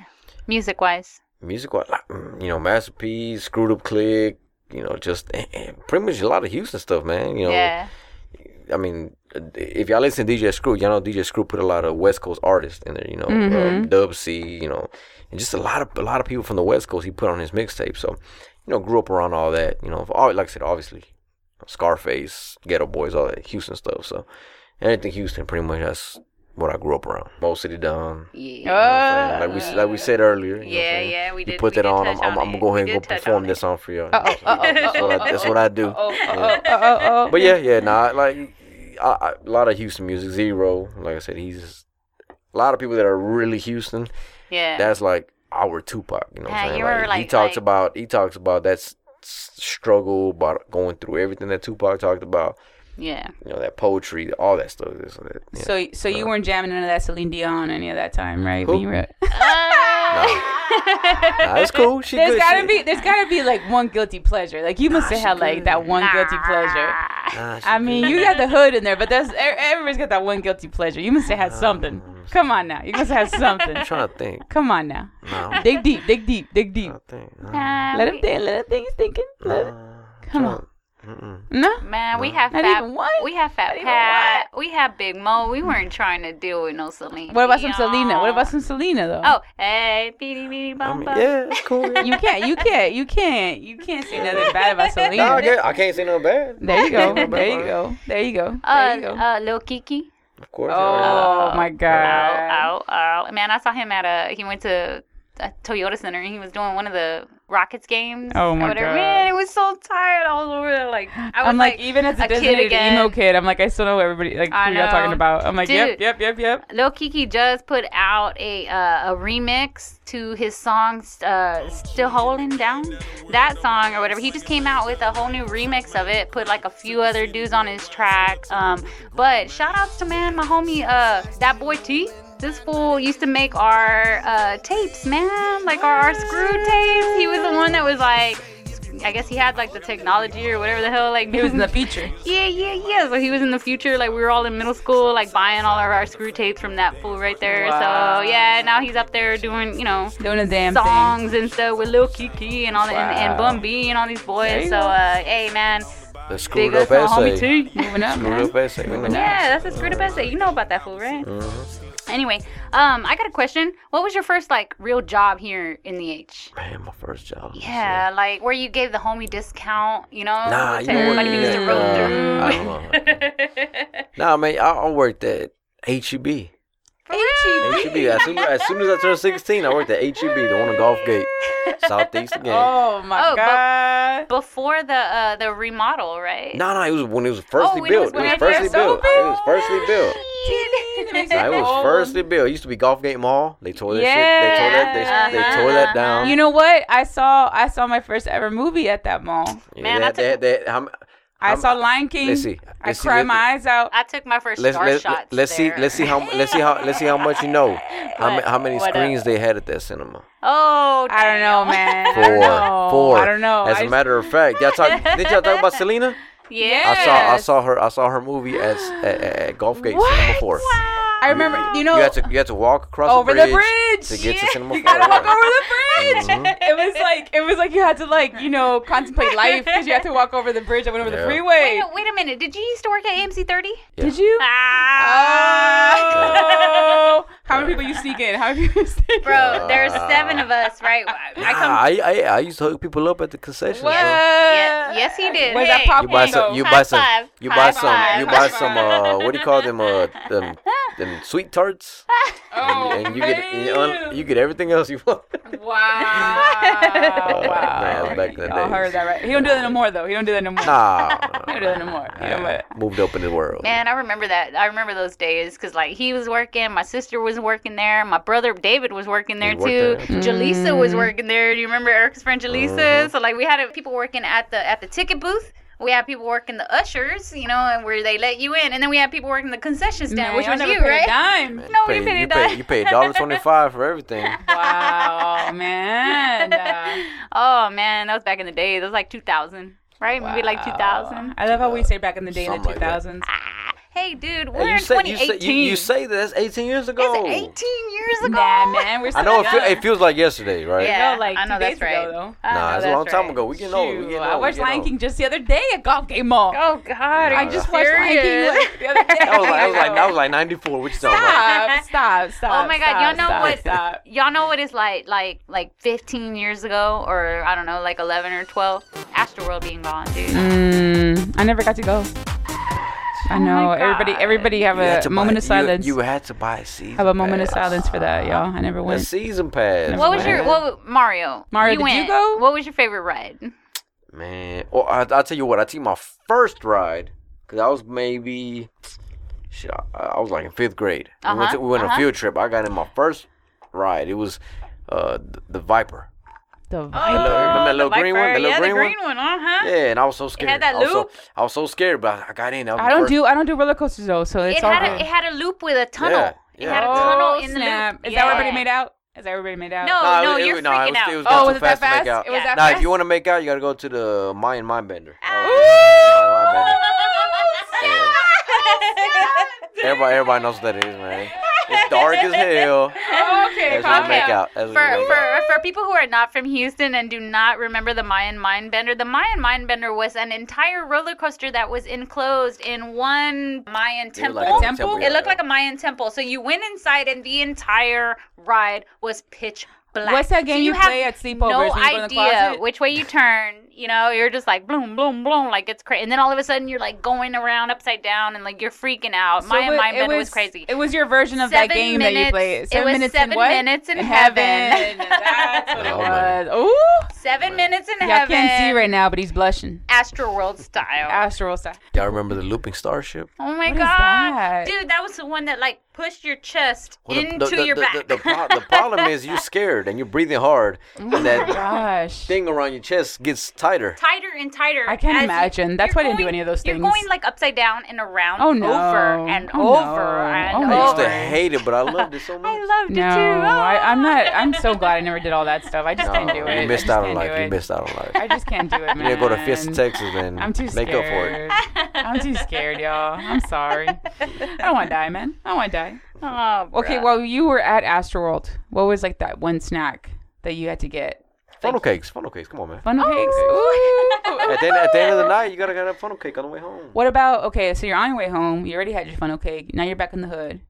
Speaker 1: music wise?
Speaker 4: Music, wise, like, mm, you know, Master P, Screwed Up Click. You know, just eh, eh, pretty much a lot of Houston stuff, man. You know,
Speaker 1: Yeah.
Speaker 4: I mean, if y'all listen to DJ Screw, y'all know DJ Screw put a lot of West Coast artists in there. You know,
Speaker 1: Mm-hmm.
Speaker 4: um, Dub C, you know, and just a lot of a lot of people from the West Coast he put on his mixtape. So, you know, grew up around all that. You know, all, like I said, obviously, Scarface, Ghetto Boys, all that Houston stuff. So, anything Houston, pretty much that's what I grew up around. Old City Down.
Speaker 1: Yeah. Oh,
Speaker 3: Uh,
Speaker 4: like we like we said earlier. you know what I'm
Speaker 1: yeah,
Speaker 4: saying?
Speaker 1: yeah, we did.
Speaker 4: you put
Speaker 1: we
Speaker 4: that
Speaker 1: did
Speaker 4: on,
Speaker 1: touch
Speaker 4: I'm, I'm, I'm
Speaker 1: it.
Speaker 4: gonna go ahead
Speaker 1: We
Speaker 4: and
Speaker 1: did
Speaker 4: go
Speaker 1: touch
Speaker 4: perform
Speaker 1: on
Speaker 4: this song for y'all.
Speaker 3: Uh-oh, uh-oh,
Speaker 4: That's what I- that's what I do.
Speaker 3: [LAUGHS] Oh,
Speaker 4: Yeah.
Speaker 3: oh, oh, oh, oh.
Speaker 4: But yeah, yeah, nah, like I, I, a lot of Houston music. Zero, like I said, he's a lot of people that are really Houston.
Speaker 1: it. Yeah.
Speaker 4: That's like our Tupac. You know, what
Speaker 1: Yeah,
Speaker 4: I'm saying?
Speaker 1: you were
Speaker 4: he
Speaker 1: like-
Speaker 4: talks
Speaker 1: like-
Speaker 4: about he talks about that s- s- struggle, about going through everything that Tupac talked about. [LAUGHS]
Speaker 1: yeah.
Speaker 4: You know, that poetry, all that stuff. This, and that. Yeah.
Speaker 3: So, so you weren't jamming none of that Celine Dion any of that time, right?
Speaker 4: Who?
Speaker 3: When you were...
Speaker 1: Oh,
Speaker 4: nah, it's cool. She
Speaker 3: [LAUGHS] There's
Speaker 4: good.
Speaker 3: gotta
Speaker 4: She-
Speaker 3: be, there's gotta be like one guilty pleasure. Like you must have had like that one guilty pleasure.
Speaker 4: Nah, she
Speaker 3: I mean,
Speaker 4: good.
Speaker 3: you got the hood in there, but that's e- everybody's got that one guilty pleasure. You must have had something. Come on now, you must have had something. [LAUGHS]
Speaker 4: I'm trying to think.
Speaker 3: Come on now,
Speaker 4: No, I'm
Speaker 3: dig deep, dig deep, dig deep.
Speaker 4: trying to think. No,
Speaker 3: Let
Speaker 1: Man,
Speaker 3: him think. Let him think. He's thinking. Let him-
Speaker 4: no, I'm
Speaker 3: Come
Speaker 4: trying-
Speaker 3: on.
Speaker 4: Mm-mm.
Speaker 3: No.
Speaker 1: man, we have
Speaker 3: Not
Speaker 1: Fat,
Speaker 3: even one?
Speaker 1: we have Fat
Speaker 3: even
Speaker 1: Pat, we have Big Mo. We weren't trying to deal with no Selena.
Speaker 3: What about some Selena? What about some Selena though?
Speaker 1: Oh, hey, beady beady
Speaker 4: I
Speaker 1: bum
Speaker 4: mean,
Speaker 1: bum.
Speaker 4: yeah, it's cool. yeah.
Speaker 3: you can't, you can't, you can't, you can't say nothing bad [LAUGHS] about
Speaker 4: Nah, I,
Speaker 3: Selena.
Speaker 4: can't, I can't say nothing bad.
Speaker 3: There you go.
Speaker 4: Can't say nothing bad
Speaker 3: There you
Speaker 4: about
Speaker 3: go. There you go. There
Speaker 1: Uh,
Speaker 3: you go.
Speaker 1: uh, Lil Kiki.
Speaker 4: Of course. yeah.
Speaker 3: Oh my god.
Speaker 1: Ow, ow, ow. Man, I saw him at a. He went to a Toyota Center and he was doing one of the Rockets games.
Speaker 3: Oh
Speaker 1: or
Speaker 3: my
Speaker 1: whatever.
Speaker 3: God.
Speaker 1: Man, it was so tired all over. there, Like I was
Speaker 3: I'm like, even as a,
Speaker 1: a kid
Speaker 3: designated
Speaker 1: again.
Speaker 3: emo kid, I'm like, I still know everybody, like,
Speaker 1: I
Speaker 3: who y'all talking
Speaker 1: know.
Speaker 3: about. I'm like, yep,
Speaker 1: Dude.
Speaker 3: yep, yep, yep.
Speaker 1: Lil Kiki just put out a uh, a remix to his song uh, "Still Holding Down." That song or whatever, he just came out with a whole new remix of it. Put like a few other dudes on his track. Um, but shout outs to man, my homie, uh, that boy T. This fool used to make our uh, tapes, man, like our, our screw tapes. He was the one that was like, I guess he had like the technology or whatever the hell, like
Speaker 3: [LAUGHS] It was in the feature.
Speaker 1: yeah, yeah, yeah. So he was in the future. Like we were all in middle school, like buying all of our screw tapes from that fool right there.
Speaker 3: Wow.
Speaker 1: So yeah, now he's up there doing you know
Speaker 3: Doing a damn thing.
Speaker 1: songs and stuff with Lil Kiki and all that, and, and
Speaker 3: Wow.
Speaker 1: Bun B and all these
Speaker 3: There you
Speaker 1: boys. So
Speaker 3: go.
Speaker 1: uh, hey man,
Speaker 4: The screwed
Speaker 1: big up
Speaker 4: up
Speaker 1: to my homie
Speaker 4: essay.
Speaker 1: T.
Speaker 3: Moving up,
Speaker 4: Screwed
Speaker 3: man.
Speaker 4: up essay. we know.
Speaker 1: Yeah, that's a screwed up essay. You know about that fool, right?
Speaker 4: Mhm.
Speaker 1: Anyway, um, I got a question. What was your first like real job here in the H?
Speaker 4: Man, my first job. was,
Speaker 1: Yeah, like where you gave the homie discount, you know?
Speaker 4: uh, Nah, you
Speaker 1: to
Speaker 4: know what?
Speaker 1: everybody who used to
Speaker 4: yeah,
Speaker 1: roll through.
Speaker 4: uh, I
Speaker 1: [LAUGHS]
Speaker 4: don't know. Nah, man, I, I worked at E HEB.
Speaker 1: For real?
Speaker 4: HEB. E As soon as soon as I turned 16, I worked at HEB, the one on Golf Gate, Southeast again.
Speaker 3: Oh my
Speaker 1: Oh, but-
Speaker 3: god.
Speaker 1: before the uh, the remodel, right?
Speaker 4: No, no, it was when it was
Speaker 1: Oh,
Speaker 4: firstly
Speaker 1: when it was
Speaker 4: built. It
Speaker 1: when
Speaker 4: was
Speaker 1: it
Speaker 4: firstly
Speaker 1: first
Speaker 4: built. It
Speaker 3: opened?
Speaker 4: was firstly built. Nah, it
Speaker 1: Oh.
Speaker 4: was firstly built. It used to be Golf Gate Mall. They tore that shit. They tore that. They,
Speaker 1: Yeah.
Speaker 4: they tore that down.
Speaker 3: You know what? I saw I saw my first ever movie at that mall.
Speaker 4: Yeah,
Speaker 1: Man,
Speaker 4: they
Speaker 1: I
Speaker 4: had- they had- they had- how m-
Speaker 3: I
Speaker 4: I'm-
Speaker 3: saw Lion King.
Speaker 4: let's see.
Speaker 3: I
Speaker 4: Let's see,
Speaker 3: cried
Speaker 4: let's-
Speaker 3: my eyes out.
Speaker 1: [LAUGHS] I took my 1st
Speaker 4: let's
Speaker 1: star
Speaker 4: let's,
Speaker 1: shots.
Speaker 4: let's see
Speaker 1: there.
Speaker 4: let's see how let's see how let's see how much you
Speaker 3: [LAUGHS]
Speaker 4: know how, ma-
Speaker 1: What-
Speaker 4: how many
Speaker 1: what up?
Speaker 4: screens they had at that cinema
Speaker 1: [LAUGHS] Oh,
Speaker 3: I don't know,
Speaker 1: damn.
Speaker 3: [LAUGHS] man. I don't
Speaker 4: four
Speaker 3: know.
Speaker 4: four
Speaker 3: I don't know.
Speaker 4: as
Speaker 3: I
Speaker 4: a
Speaker 3: just-
Speaker 4: matter of fact y'all talk
Speaker 3: [LAUGHS]
Speaker 4: did y'all talk about Selena
Speaker 1: Yeah.
Speaker 4: I saw I
Speaker 3: Yes.
Speaker 4: saw her I saw her movie as at, at, at Golf Gate
Speaker 3: What?
Speaker 4: Cinema Four
Speaker 3: I remember, you know,
Speaker 4: you had to you had to walk across
Speaker 3: over
Speaker 4: the,
Speaker 3: the
Speaker 4: bridge
Speaker 3: bridge.
Speaker 4: to get to
Speaker 3: Yeah. [LAUGHS]
Speaker 4: Cinema
Speaker 3: You
Speaker 4: Four
Speaker 3: gotta walk
Speaker 4: yeah.
Speaker 3: over the bridge.
Speaker 4: Mhm.
Speaker 3: [LAUGHS] It was like it was like you had to like you know contemplate [LAUGHS] life because you had to walk over the bridge. I went over the
Speaker 4: Yeah.
Speaker 1: Wait,
Speaker 3: freeway.
Speaker 1: a- wait a minute. Did you used to work at AMC 30?
Speaker 4: Yeah.
Speaker 3: Did you?
Speaker 1: Ah.
Speaker 4: [LAUGHS]
Speaker 3: Oh, how many people you sneak in? How many people you sneak in?
Speaker 1: Bro, there's seven of us, right? I
Speaker 4: Nah,
Speaker 1: come.
Speaker 4: I, I I used to hook people up at the concession.
Speaker 3: What?
Speaker 1: Yeah, yes, he did.
Speaker 3: Was
Speaker 1: Hey.
Speaker 3: that
Speaker 4: You buy some.
Speaker 3: popcorn?
Speaker 4: You
Speaker 1: High
Speaker 4: buy some.
Speaker 1: five.
Speaker 4: You
Speaker 1: High
Speaker 4: buy some. You
Speaker 3: five.
Speaker 4: buy
Speaker 3: High
Speaker 4: some.
Speaker 3: five.
Speaker 4: Uh, what do you call them? Uh, them, them sweet tarts.
Speaker 3: Oh,
Speaker 4: and, and you get and you, un-
Speaker 3: man.
Speaker 4: you get everything else you
Speaker 3: [LAUGHS]
Speaker 4: want.
Speaker 3: Wow.
Speaker 4: Oh, Nah,
Speaker 3: wow.
Speaker 4: back in the
Speaker 3: Y'all heard
Speaker 4: days.
Speaker 3: that right? He don't do that no more though. He don't do that no more.
Speaker 4: nah,
Speaker 3: He don't do that no more. You know what?
Speaker 4: moved up in the world.
Speaker 1: Man, I remember that. I remember those days because like he was working, my sister was working there, my brother David was working there
Speaker 4: He worked
Speaker 1: too.
Speaker 4: there.
Speaker 1: Jaleesa
Speaker 3: Mm.
Speaker 1: was working there. Do you remember Eric's friend Jaleesa?
Speaker 4: Mhm.
Speaker 1: So like we had uh, people working at the at the ticket booth. We had people working the ushers, you know, and where they let you in, and then we had people working the concession stand,
Speaker 3: Man,
Speaker 1: which
Speaker 3: y'all
Speaker 1: was
Speaker 3: never
Speaker 1: you,
Speaker 3: paid a
Speaker 1: right?
Speaker 3: dime.
Speaker 4: Man,
Speaker 1: No, you
Speaker 4: pay,
Speaker 1: paid
Speaker 4: you
Speaker 1: a dime.
Speaker 4: pay you pay dollar twenty five for
Speaker 3: [LAUGHS]
Speaker 4: everything.
Speaker 3: Wow, man.
Speaker 1: [LAUGHS] Oh man, that was back in the day. That was like 2000, right? Maybe like 2000.
Speaker 3: I love how we say back in the day in the
Speaker 4: Something like that.
Speaker 3: 2000s.
Speaker 1: Ah, hey, dude, we're
Speaker 4: Hey,
Speaker 1: in
Speaker 4: you say you say
Speaker 1: 2018.
Speaker 4: you, oh. you say that that's eighteen years ago.
Speaker 1: It's 18 years ago.
Speaker 3: Nah, man, we're so
Speaker 4: I know it,
Speaker 3: young.
Speaker 4: feel, it feels like yesterday, right?
Speaker 1: Yeah.
Speaker 3: No, like
Speaker 1: I know
Speaker 3: two
Speaker 1: that's
Speaker 3: days ago,
Speaker 1: right.
Speaker 3: though.
Speaker 1: I know
Speaker 4: Nah, it's a
Speaker 1: that's
Speaker 4: long time
Speaker 1: right.
Speaker 4: ago. We getting old. We
Speaker 3: Shoot,
Speaker 4: getting
Speaker 3: I
Speaker 4: old.
Speaker 3: watched
Speaker 4: we getting
Speaker 3: Lion
Speaker 4: old.
Speaker 3: King just the other day at Golf Game Mall.
Speaker 1: Oh God!
Speaker 3: I just watched Lion King like, [LAUGHS] the other day.
Speaker 4: That was like that was
Speaker 3: [LAUGHS]
Speaker 4: like, that was like ninety four. What you talking about?
Speaker 1: [LAUGHS]
Speaker 3: Stop, stop, stop.
Speaker 1: Oh my God, y'all
Speaker 3: stop,
Speaker 1: know
Speaker 3: stop,
Speaker 1: what-
Speaker 3: Stop.
Speaker 1: [LAUGHS] Y'all know what it's like, like like 15 years ago, or I don't know, like 11 or 12. Astroworld being gone, dude.
Speaker 3: Mm, I never got to go.
Speaker 1: Oh
Speaker 3: I know everybody. Everybody have
Speaker 4: You had
Speaker 3: a
Speaker 4: to
Speaker 3: moment
Speaker 4: buy-
Speaker 3: of silence.
Speaker 4: You, you had to buy a season.
Speaker 3: have a moment of
Speaker 4: pass.
Speaker 3: silence for that, y'all. I never
Speaker 4: A
Speaker 3: went.
Speaker 4: season pass.
Speaker 1: What was
Speaker 4: man.
Speaker 1: your well, Mario?
Speaker 3: Mario, did you
Speaker 1: went.
Speaker 3: go?
Speaker 1: What was your favorite ride?
Speaker 4: Man, well, I, I'll tell you what. I took my first ride because I was maybe, shit, I, I was like in fifth grade. We went,
Speaker 1: Uh-huh,
Speaker 4: to, we went on
Speaker 1: uh-huh.
Speaker 4: a field trip. I got in my first ride. It was uh, the, the Viper.
Speaker 1: Oh.
Speaker 3: The
Speaker 4: remember
Speaker 3: Viper.
Speaker 4: that little green one? The little
Speaker 1: yeah,
Speaker 4: green
Speaker 1: the
Speaker 4: one?
Speaker 1: green one, uh
Speaker 3: uh-huh.
Speaker 1: huh.
Speaker 4: Yeah, and I was so scared.
Speaker 1: that
Speaker 4: I, was so,
Speaker 1: loop?
Speaker 4: I was so scared, but I, I got in. That was
Speaker 3: I
Speaker 4: the
Speaker 3: don't
Speaker 4: first-
Speaker 3: do I don't do roller coasters though, so it's
Speaker 1: It
Speaker 3: all
Speaker 1: had
Speaker 3: good.
Speaker 1: a it had a loop with a tunnel. It
Speaker 4: yeah.
Speaker 1: had a
Speaker 4: Oh,
Speaker 1: tunnel in the
Speaker 3: snap.
Speaker 1: loop.
Speaker 3: Is that
Speaker 1: Yeah.
Speaker 3: where everybody made out? Is that where everybody made out?
Speaker 1: No,
Speaker 4: Nah,
Speaker 1: no,
Speaker 4: it- it
Speaker 1: you're
Speaker 4: was- nah, it
Speaker 1: freaking
Speaker 4: was- it
Speaker 1: out.
Speaker 4: was
Speaker 3: Oh,
Speaker 4: not
Speaker 3: was
Speaker 4: too
Speaker 3: it that
Speaker 4: fast to make
Speaker 3: fast?
Speaker 4: out.
Speaker 3: It was
Speaker 1: Yeah.
Speaker 3: that
Speaker 4: Nah,
Speaker 3: fast.
Speaker 4: if you want to make out, you gotta go to the Mayan Mind Bender.
Speaker 1: Ah.
Speaker 4: Oh,
Speaker 1: [LAUGHS]
Speaker 4: Everybody, everybody knows what that is, man. It's dark
Speaker 1: [LAUGHS]
Speaker 4: as
Speaker 3: [LAUGHS]
Speaker 4: hell.
Speaker 3: okay,
Speaker 4: That's what you
Speaker 1: okay.
Speaker 4: make out. That's what
Speaker 1: For,
Speaker 4: you make out.
Speaker 1: for, for people who are not from Houston and do not remember the Mayan Mindbender, the Mayan Mindbender was an entire roller coaster that was enclosed in one Mayan
Speaker 4: It looked
Speaker 1: temple.
Speaker 4: like a
Speaker 3: Temple?
Speaker 1: It looked like a Mayan temple. So you went inside, and the entire ride was pitch black.
Speaker 3: What's that game
Speaker 1: so
Speaker 3: you,
Speaker 1: have
Speaker 3: play at sleepovers?
Speaker 1: No
Speaker 3: when you go in the
Speaker 1: idea
Speaker 3: closet?
Speaker 1: which way you turn. You know, you're just like bloom, bloom, bloom, like it's crazy. And then all of a sudden, you're like going around upside down, and like you're freaking out.
Speaker 3: So
Speaker 1: Mayan
Speaker 3: it- it
Speaker 1: Mindbender was crazy.
Speaker 3: It was your version of that
Speaker 1: Seven
Speaker 3: game that you
Speaker 1: minutes-
Speaker 3: played.
Speaker 1: it
Speaker 3: Seven
Speaker 1: was
Speaker 3: minutes in
Speaker 1: seven
Speaker 3: what?
Speaker 1: minutes in heaven.
Speaker 3: [LAUGHS]
Speaker 1: [LAUGHS]
Speaker 3: That's what it
Speaker 4: Oh,
Speaker 3: was.
Speaker 4: man.
Speaker 3: Ooh,
Speaker 1: Seven minutes in
Speaker 3: y'all
Speaker 1: heaven.
Speaker 3: can't see right now, but he's blushing.
Speaker 1: Astroworld style.
Speaker 3: Astral style.
Speaker 4: Y'all remember the looping starship?
Speaker 1: Oh my
Speaker 3: What is that?
Speaker 1: god, dude, that was the one that like pushed your chest
Speaker 4: Well, the-
Speaker 1: into
Speaker 4: the, the,
Speaker 1: your
Speaker 4: the,
Speaker 1: back.
Speaker 4: The, the pro-
Speaker 1: [LAUGHS]
Speaker 4: the problem
Speaker 3: [LAUGHS]
Speaker 4: is you're scared and you're breathing hard,
Speaker 3: Oh
Speaker 4: and that
Speaker 3: Gosh.
Speaker 4: thing around your chest gets tighter.
Speaker 1: tighter and tighter.
Speaker 3: I can't
Speaker 1: as you-
Speaker 3: imagine. That's
Speaker 1: you're
Speaker 3: why I didn't do
Speaker 1: going-
Speaker 3: any of those
Speaker 1: You're
Speaker 3: things.
Speaker 1: going like upside down and around,
Speaker 3: Oh, no.
Speaker 1: over and
Speaker 3: Oh,
Speaker 1: over
Speaker 3: no.
Speaker 1: and
Speaker 3: Oh, my
Speaker 4: I used
Speaker 1: over.
Speaker 4: to
Speaker 3: God.
Speaker 4: hate it, but I loved it so much.
Speaker 1: I loved
Speaker 3: No,
Speaker 1: it too.
Speaker 3: I,
Speaker 1: Ah. [LAUGHS]
Speaker 3: I'm not. I'm so glad I never did all that stuff. I just can't do
Speaker 4: No,
Speaker 3: it.
Speaker 4: you
Speaker 3: I
Speaker 4: missed
Speaker 3: just
Speaker 4: out on
Speaker 3: can't
Speaker 4: life.
Speaker 3: do
Speaker 4: You
Speaker 3: it.
Speaker 4: missed out on life.
Speaker 3: I just can't do it, man.
Speaker 4: [LAUGHS] You need to go to Fiesta, Texas, and
Speaker 3: I'm too
Speaker 4: make
Speaker 3: scared.
Speaker 4: up for it.
Speaker 3: I'm too scared, y'all. I'm sorry. I don't want to die, man. I don't want to die.
Speaker 1: Oh,
Speaker 3: Okay,
Speaker 1: bruh.
Speaker 3: well, you were at Astroworld. What was like that one snack that you had to get?
Speaker 4: Funnel cakes, funnel cakes. Come on, man.
Speaker 3: Funnel cakes. Ooh.
Speaker 4: At the, end, at the end of the night, you gotta get a funnel cake on the way home.
Speaker 3: what about okay? So you're on your way home. You already had your funnel cake. Now you're back in the hood,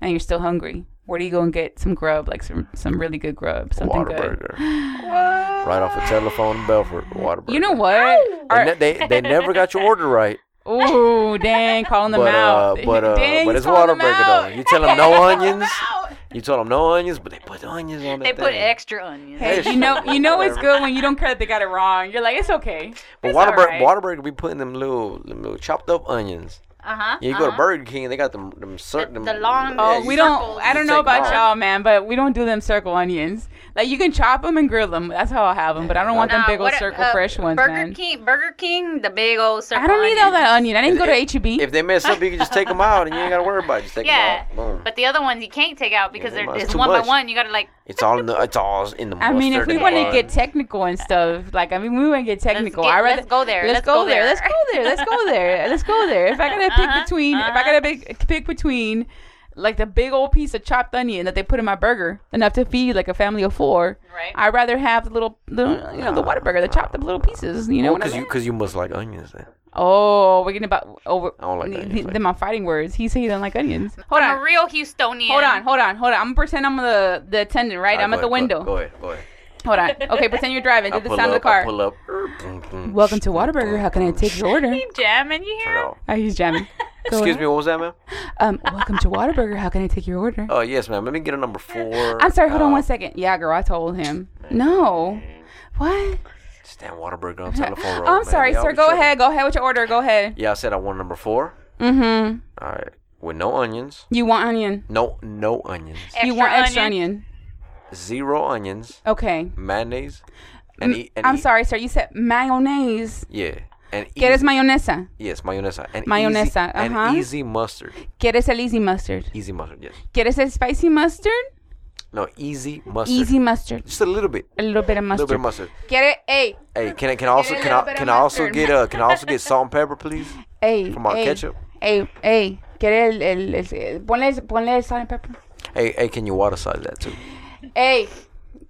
Speaker 3: and you're still hungry. Where do you go and get some grub? Like some some really good grub, something good.
Speaker 4: Waterburger. Right off the
Speaker 3: [GASPS]
Speaker 4: telephone in Belfort. Waterburger.
Speaker 3: You know what?
Speaker 4: They,
Speaker 3: Our-
Speaker 4: ne- they, they never got your
Speaker 3: [LAUGHS]
Speaker 4: order right.
Speaker 3: Ooh, dang, calling them
Speaker 4: But
Speaker 3: out.
Speaker 4: uh, but
Speaker 3: [LAUGHS]
Speaker 4: uh,
Speaker 3: Dang,
Speaker 4: but
Speaker 3: he's
Speaker 4: it's
Speaker 3: calling them
Speaker 4: Waterburger
Speaker 3: out.
Speaker 4: though. You
Speaker 3: [LAUGHS]
Speaker 4: tell them no onions.
Speaker 3: Out.
Speaker 4: You tell them no onions, but they put the onions on.
Speaker 1: they
Speaker 4: that
Speaker 1: put
Speaker 4: thing.
Speaker 1: extra onions.
Speaker 3: Hey,
Speaker 4: It's
Speaker 3: you know, you know it's
Speaker 4: whatever.
Speaker 3: good when you don't care that they got it wrong. You're like, it's okay.
Speaker 4: But
Speaker 3: It's
Speaker 4: Waterburger,
Speaker 3: alright.
Speaker 4: Waterburger be putting them little, them little chopped up onions.
Speaker 1: Uh huh.
Speaker 4: Yeah, you go to Burger King, they got them, them certain.
Speaker 1: the long-
Speaker 3: Oh,
Speaker 1: Yeah,
Speaker 3: we
Speaker 1: you-
Speaker 3: don't.
Speaker 1: circles,
Speaker 3: I
Speaker 1: you
Speaker 3: don't
Speaker 4: take
Speaker 3: know about
Speaker 4: them out.
Speaker 3: y'all, man, but we don't do them circle onions. Like you can chop them and grill them. That's how I'll have them. But I don't want them big old circle fresh ones,
Speaker 1: Uh, Burger
Speaker 3: man.
Speaker 1: King, Burger King, the big old circle.
Speaker 3: I don't need all
Speaker 1: onions.
Speaker 3: that onion. I didn't go to H E B.
Speaker 4: If they mess up, you can just take them out, and you ain't gotta worry about it. Just take
Speaker 1: Yeah,
Speaker 4: them out. Boom.
Speaker 1: but the other ones you can't take out because
Speaker 4: Yeah,
Speaker 1: they're
Speaker 4: that's
Speaker 1: it's
Speaker 4: too
Speaker 1: one
Speaker 4: much.
Speaker 1: by one. You gotta like
Speaker 4: It's all in the. It's all in the.
Speaker 3: I mean, if
Speaker 4: mustard
Speaker 3: we
Speaker 4: and
Speaker 3: want to
Speaker 4: bun.
Speaker 3: get technical and stuff, like I mean, we want to get technical.
Speaker 1: get-
Speaker 3: I rather
Speaker 1: let's go there.
Speaker 3: Let's,
Speaker 1: Let's
Speaker 3: go,
Speaker 1: go
Speaker 3: there.
Speaker 1: there.
Speaker 3: Let's go there. Let's go there. Let's go there. If I gotta pick
Speaker 1: Uh-huh,
Speaker 3: between, if I
Speaker 1: uh-huh.
Speaker 3: gotta pick, pick between, like the big old piece of chopped onion that they put in my burger, enough to feed like a family of four,
Speaker 1: right.
Speaker 3: I'd rather have the little, the, you know, the
Speaker 4: Nah,
Speaker 3: water burger, the chopped up little pieces. You know
Speaker 4: Oh,
Speaker 3: what I
Speaker 4: cause you,
Speaker 3: mean?
Speaker 4: cause you must like onions then.
Speaker 3: [LAUGHS] Oh, we're getting about over.
Speaker 4: I don't like onions,
Speaker 3: th-
Speaker 4: like-
Speaker 3: Them are fighting words. He said he doesn't like onions. Hold
Speaker 1: Hold I'm
Speaker 3: on.
Speaker 1: a real Houstonian.
Speaker 3: Hold on, hold on, hold on. I'm gonna pretend I'm the the attendant, right?
Speaker 4: All
Speaker 3: I'm
Speaker 4: right,
Speaker 3: at
Speaker 4: go
Speaker 3: the
Speaker 4: ahead, go-
Speaker 3: window.
Speaker 4: Go ahead, go ahead.
Speaker 3: Hold on. Okay, pretend you're driving. Do
Speaker 4: I'll
Speaker 3: the
Speaker 4: pull
Speaker 3: sound of the
Speaker 4: up, I'll
Speaker 3: car.
Speaker 4: pull up. Er, boom, boom,
Speaker 3: Welcome to
Speaker 4: boom,
Speaker 3: Waterburger.
Speaker 4: boom,
Speaker 3: How can I
Speaker 4: boom.
Speaker 3: take your
Speaker 4: [LAUGHS]
Speaker 3: order?
Speaker 1: He jamming, you hear? him?
Speaker 4: Hello.
Speaker 3: Oh, he's jamming. Go
Speaker 4: Excuse
Speaker 3: ahead.
Speaker 4: me, what was that, ma'am?
Speaker 3: Um, welcome to Waterburger. How can I take your order?
Speaker 4: Oh, yes, ma'am. Let me get a number four.
Speaker 3: I'm sorry. Hold on
Speaker 4: uh,
Speaker 3: one second. Yeah, girl, I told him. No. What?
Speaker 4: Stan Waterburger on telephone roll.
Speaker 3: Oh, I'm
Speaker 4: man.
Speaker 3: sorry,
Speaker 4: They
Speaker 3: sir.
Speaker 4: always
Speaker 3: Go
Speaker 4: trouble.
Speaker 3: ahead. Go ahead with your order. Go ahead.
Speaker 4: Yeah, I said I want number four.
Speaker 3: Mm-hmm.
Speaker 4: All right, with no onions.
Speaker 3: You want onion?
Speaker 4: No, no onions.
Speaker 3: you want extra onion?
Speaker 4: Zero onions,
Speaker 3: Okay.
Speaker 4: mayonnaise, and, e- and
Speaker 3: I'm
Speaker 4: e-
Speaker 3: sorry, sir. You said mayonnaise.
Speaker 4: Yeah, and
Speaker 3: Quieres
Speaker 4: easy-
Speaker 3: mayonesa?
Speaker 4: yes, mayonesa and easy,
Speaker 3: Mayonesa, uh-huh.
Speaker 4: and easy mustard.
Speaker 3: Quieres el easy mustard?
Speaker 4: Easy mustard, yes.
Speaker 3: Quieres el spicy mustard?
Speaker 4: No, easy mustard.
Speaker 3: Easy mustard.
Speaker 4: Just a little bit,
Speaker 3: A little bit of
Speaker 4: a little bit
Speaker 3: mustard.
Speaker 4: of mustard.
Speaker 3: Quiere, hey,
Speaker 4: Hey, can I can I also
Speaker 3: a
Speaker 4: can
Speaker 3: little
Speaker 4: I
Speaker 3: bit of
Speaker 4: can I also
Speaker 3: mustard.
Speaker 4: get uh can I
Speaker 3: [LAUGHS]
Speaker 4: also get salt and pepper, please?
Speaker 3: hey,
Speaker 4: From our
Speaker 3: hey,
Speaker 4: ketchup?
Speaker 3: hey, hey. Quiere el, el, el, ponle, ponle el salt and pepper.
Speaker 4: Hey, hey, can you water size that too?
Speaker 3: Hey,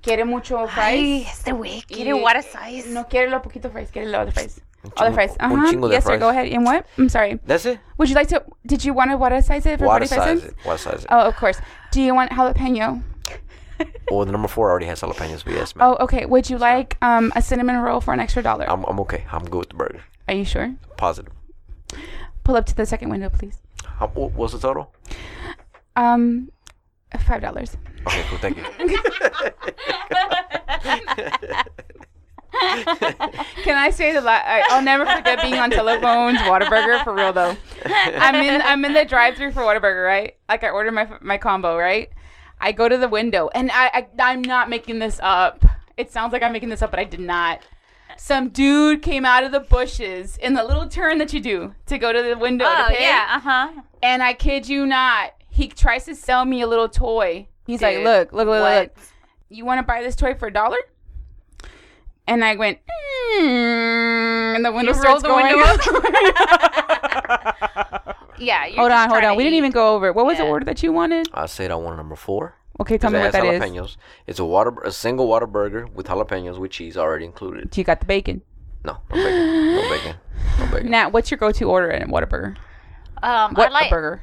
Speaker 3: quiere mucho
Speaker 1: Ay,
Speaker 3: fries.
Speaker 1: este güey
Speaker 3: Y-
Speaker 1: quiere water size.
Speaker 3: No quiere los poquito fries, quiere los other fries.
Speaker 4: Un
Speaker 3: Other
Speaker 4: chingo-
Speaker 3: fries. Uh
Speaker 4: un
Speaker 3: huh.
Speaker 4: chingo de
Speaker 3: Yes, sir.
Speaker 4: fries.
Speaker 3: Go ahead. And what? I'm sorry.
Speaker 4: That's it.
Speaker 3: Would you like to? Did you want to water size it for
Speaker 4: Water
Speaker 3: 45
Speaker 4: size
Speaker 3: cents?
Speaker 4: it. Water size it.
Speaker 3: Oh, of course. Do you want jalapeno?
Speaker 4: Oh, the number four already has jalapenos, but yes, man.
Speaker 3: Oh, okay. Would you like um,
Speaker 4: Um.
Speaker 3: a cinnamon roll for an extra dollar?
Speaker 4: I'm I'm okay. I'm good with the burger.
Speaker 3: Are you sure?
Speaker 4: Positive.
Speaker 3: Pull up to the second window, please.
Speaker 4: How, wha- what's the total?
Speaker 3: Um, five dollars.
Speaker 4: Okay, cool. Thank you.
Speaker 3: [LAUGHS] Can I say the la- I, I'll never forget being on telephones, Whataburger for real though. I'm in I'm in the drive-through for Whataburger, right? Like I ordered my my combo, right? I go to the window and I, I I'm not making this up. It sounds like I'm making this up, but I did not. Some dude came out of the bushes in the little turn that you do to go to the window. to
Speaker 1: Oh
Speaker 3: pay.
Speaker 1: yeah, uh huh.
Speaker 3: And I kid you not, he tries to sell me a little toy. He's like,
Speaker 1: Dude,
Speaker 3: look, look, look,
Speaker 1: What?
Speaker 3: look. You want to buy this toy for a dollar? And I went, mm, and the window starts
Speaker 1: rolled "Hmm," the
Speaker 3: going.
Speaker 1: window [LAUGHS]
Speaker 3: hold
Speaker 1: Yeah. You're
Speaker 3: on,
Speaker 1: just
Speaker 3: hold
Speaker 1: trying
Speaker 3: on.
Speaker 1: to
Speaker 3: We didn't
Speaker 1: eat.
Speaker 3: even go over. it. What was the
Speaker 1: Yeah.
Speaker 3: order that you wanted?
Speaker 4: I said I want a number four.
Speaker 3: Okay, tell me
Speaker 4: It
Speaker 3: what
Speaker 4: has
Speaker 3: that is.
Speaker 4: jalapenos. It's a water, a single water burger with jalapenos with cheese already included.
Speaker 3: You got the bacon.
Speaker 4: No, no bacon,
Speaker 3: [GASPS]
Speaker 4: no bacon, no bacon.
Speaker 3: Nat, what's your go-to order at Whataburger?
Speaker 1: Um,
Speaker 3: What
Speaker 1: I like.
Speaker 3: a burger?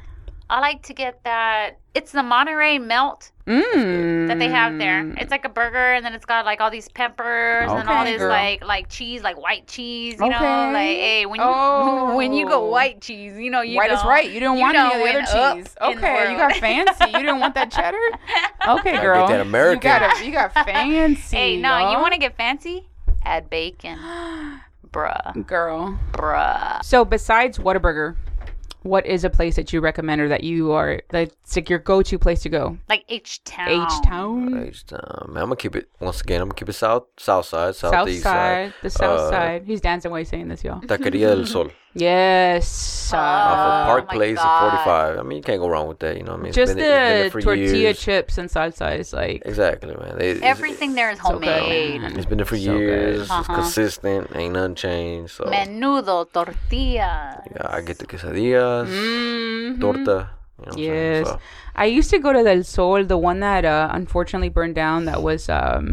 Speaker 1: I like to get that. It's the Monterey Melt
Speaker 3: Mm.
Speaker 1: that they have there. It's like a burger, and then it's got like all these peppers and all
Speaker 3: Okay,
Speaker 1: this
Speaker 4: girl.
Speaker 1: like like cheese, like white cheese. You know,
Speaker 3: Okay.
Speaker 1: like hey, when you [LAUGHS] when you
Speaker 3: Oh.
Speaker 1: go white cheese, you know you
Speaker 3: White
Speaker 1: know.
Speaker 3: is right. You didn't
Speaker 1: you
Speaker 3: want any of
Speaker 1: done
Speaker 3: the
Speaker 1: went up
Speaker 3: other cheese.
Speaker 1: in the
Speaker 3: Okay, you
Speaker 1: world.
Speaker 3: got fancy. You didn't want
Speaker 1: [LAUGHS]
Speaker 3: that cheddar. Okay,
Speaker 4: Gotta
Speaker 3: girl.
Speaker 4: get that American.
Speaker 3: You got a, you got fancy.
Speaker 1: Hey, no, you want to get fancy? Add bacon,
Speaker 3: [GASPS]
Speaker 1: bruh,
Speaker 3: to, girl.
Speaker 1: bruh.
Speaker 3: So besides Whataburger, what is a place that you recommend or that you are that's like your go-to place to go?
Speaker 1: Like H town.
Speaker 4: Oh,
Speaker 3: H Town,
Speaker 4: Next, um, I'm gonna keep it once again. I'm gonna keep it south, south side,
Speaker 3: South
Speaker 4: southeast
Speaker 3: Side, the South
Speaker 4: uh,
Speaker 3: Side. He's dancing while he's saying this, y'all. [LAUGHS]
Speaker 4: Taqueria del Sol,
Speaker 3: Yes.
Speaker 4: off
Speaker 1: Oh
Speaker 4: of Park
Speaker 1: my
Speaker 4: Place
Speaker 1: God.
Speaker 4: at 45. I mean, you can't go wrong with that. You know what I mean? It's
Speaker 3: just
Speaker 4: been- it's been
Speaker 3: the
Speaker 4: there for
Speaker 3: tortilla
Speaker 4: years.
Speaker 3: chips and salsa is like
Speaker 4: Exactly, man. They- it's-
Speaker 1: Everything there is
Speaker 3: so good. Mm-hmm.
Speaker 1: homemade.
Speaker 4: It's been there for
Speaker 3: So good.
Speaker 4: years. It's
Speaker 1: Uh-huh.
Speaker 4: consistent. Ain't nothing changed.
Speaker 3: Mm.
Speaker 4: So
Speaker 1: Menudo tortilla.
Speaker 4: yeah, I get the quesadillas,
Speaker 3: Mhm.
Speaker 4: torta. You know what I'm saying?
Speaker 3: Yes.
Speaker 4: So,
Speaker 3: I used to go to Del Sol, the one that uh, unfortunately burned down that was um,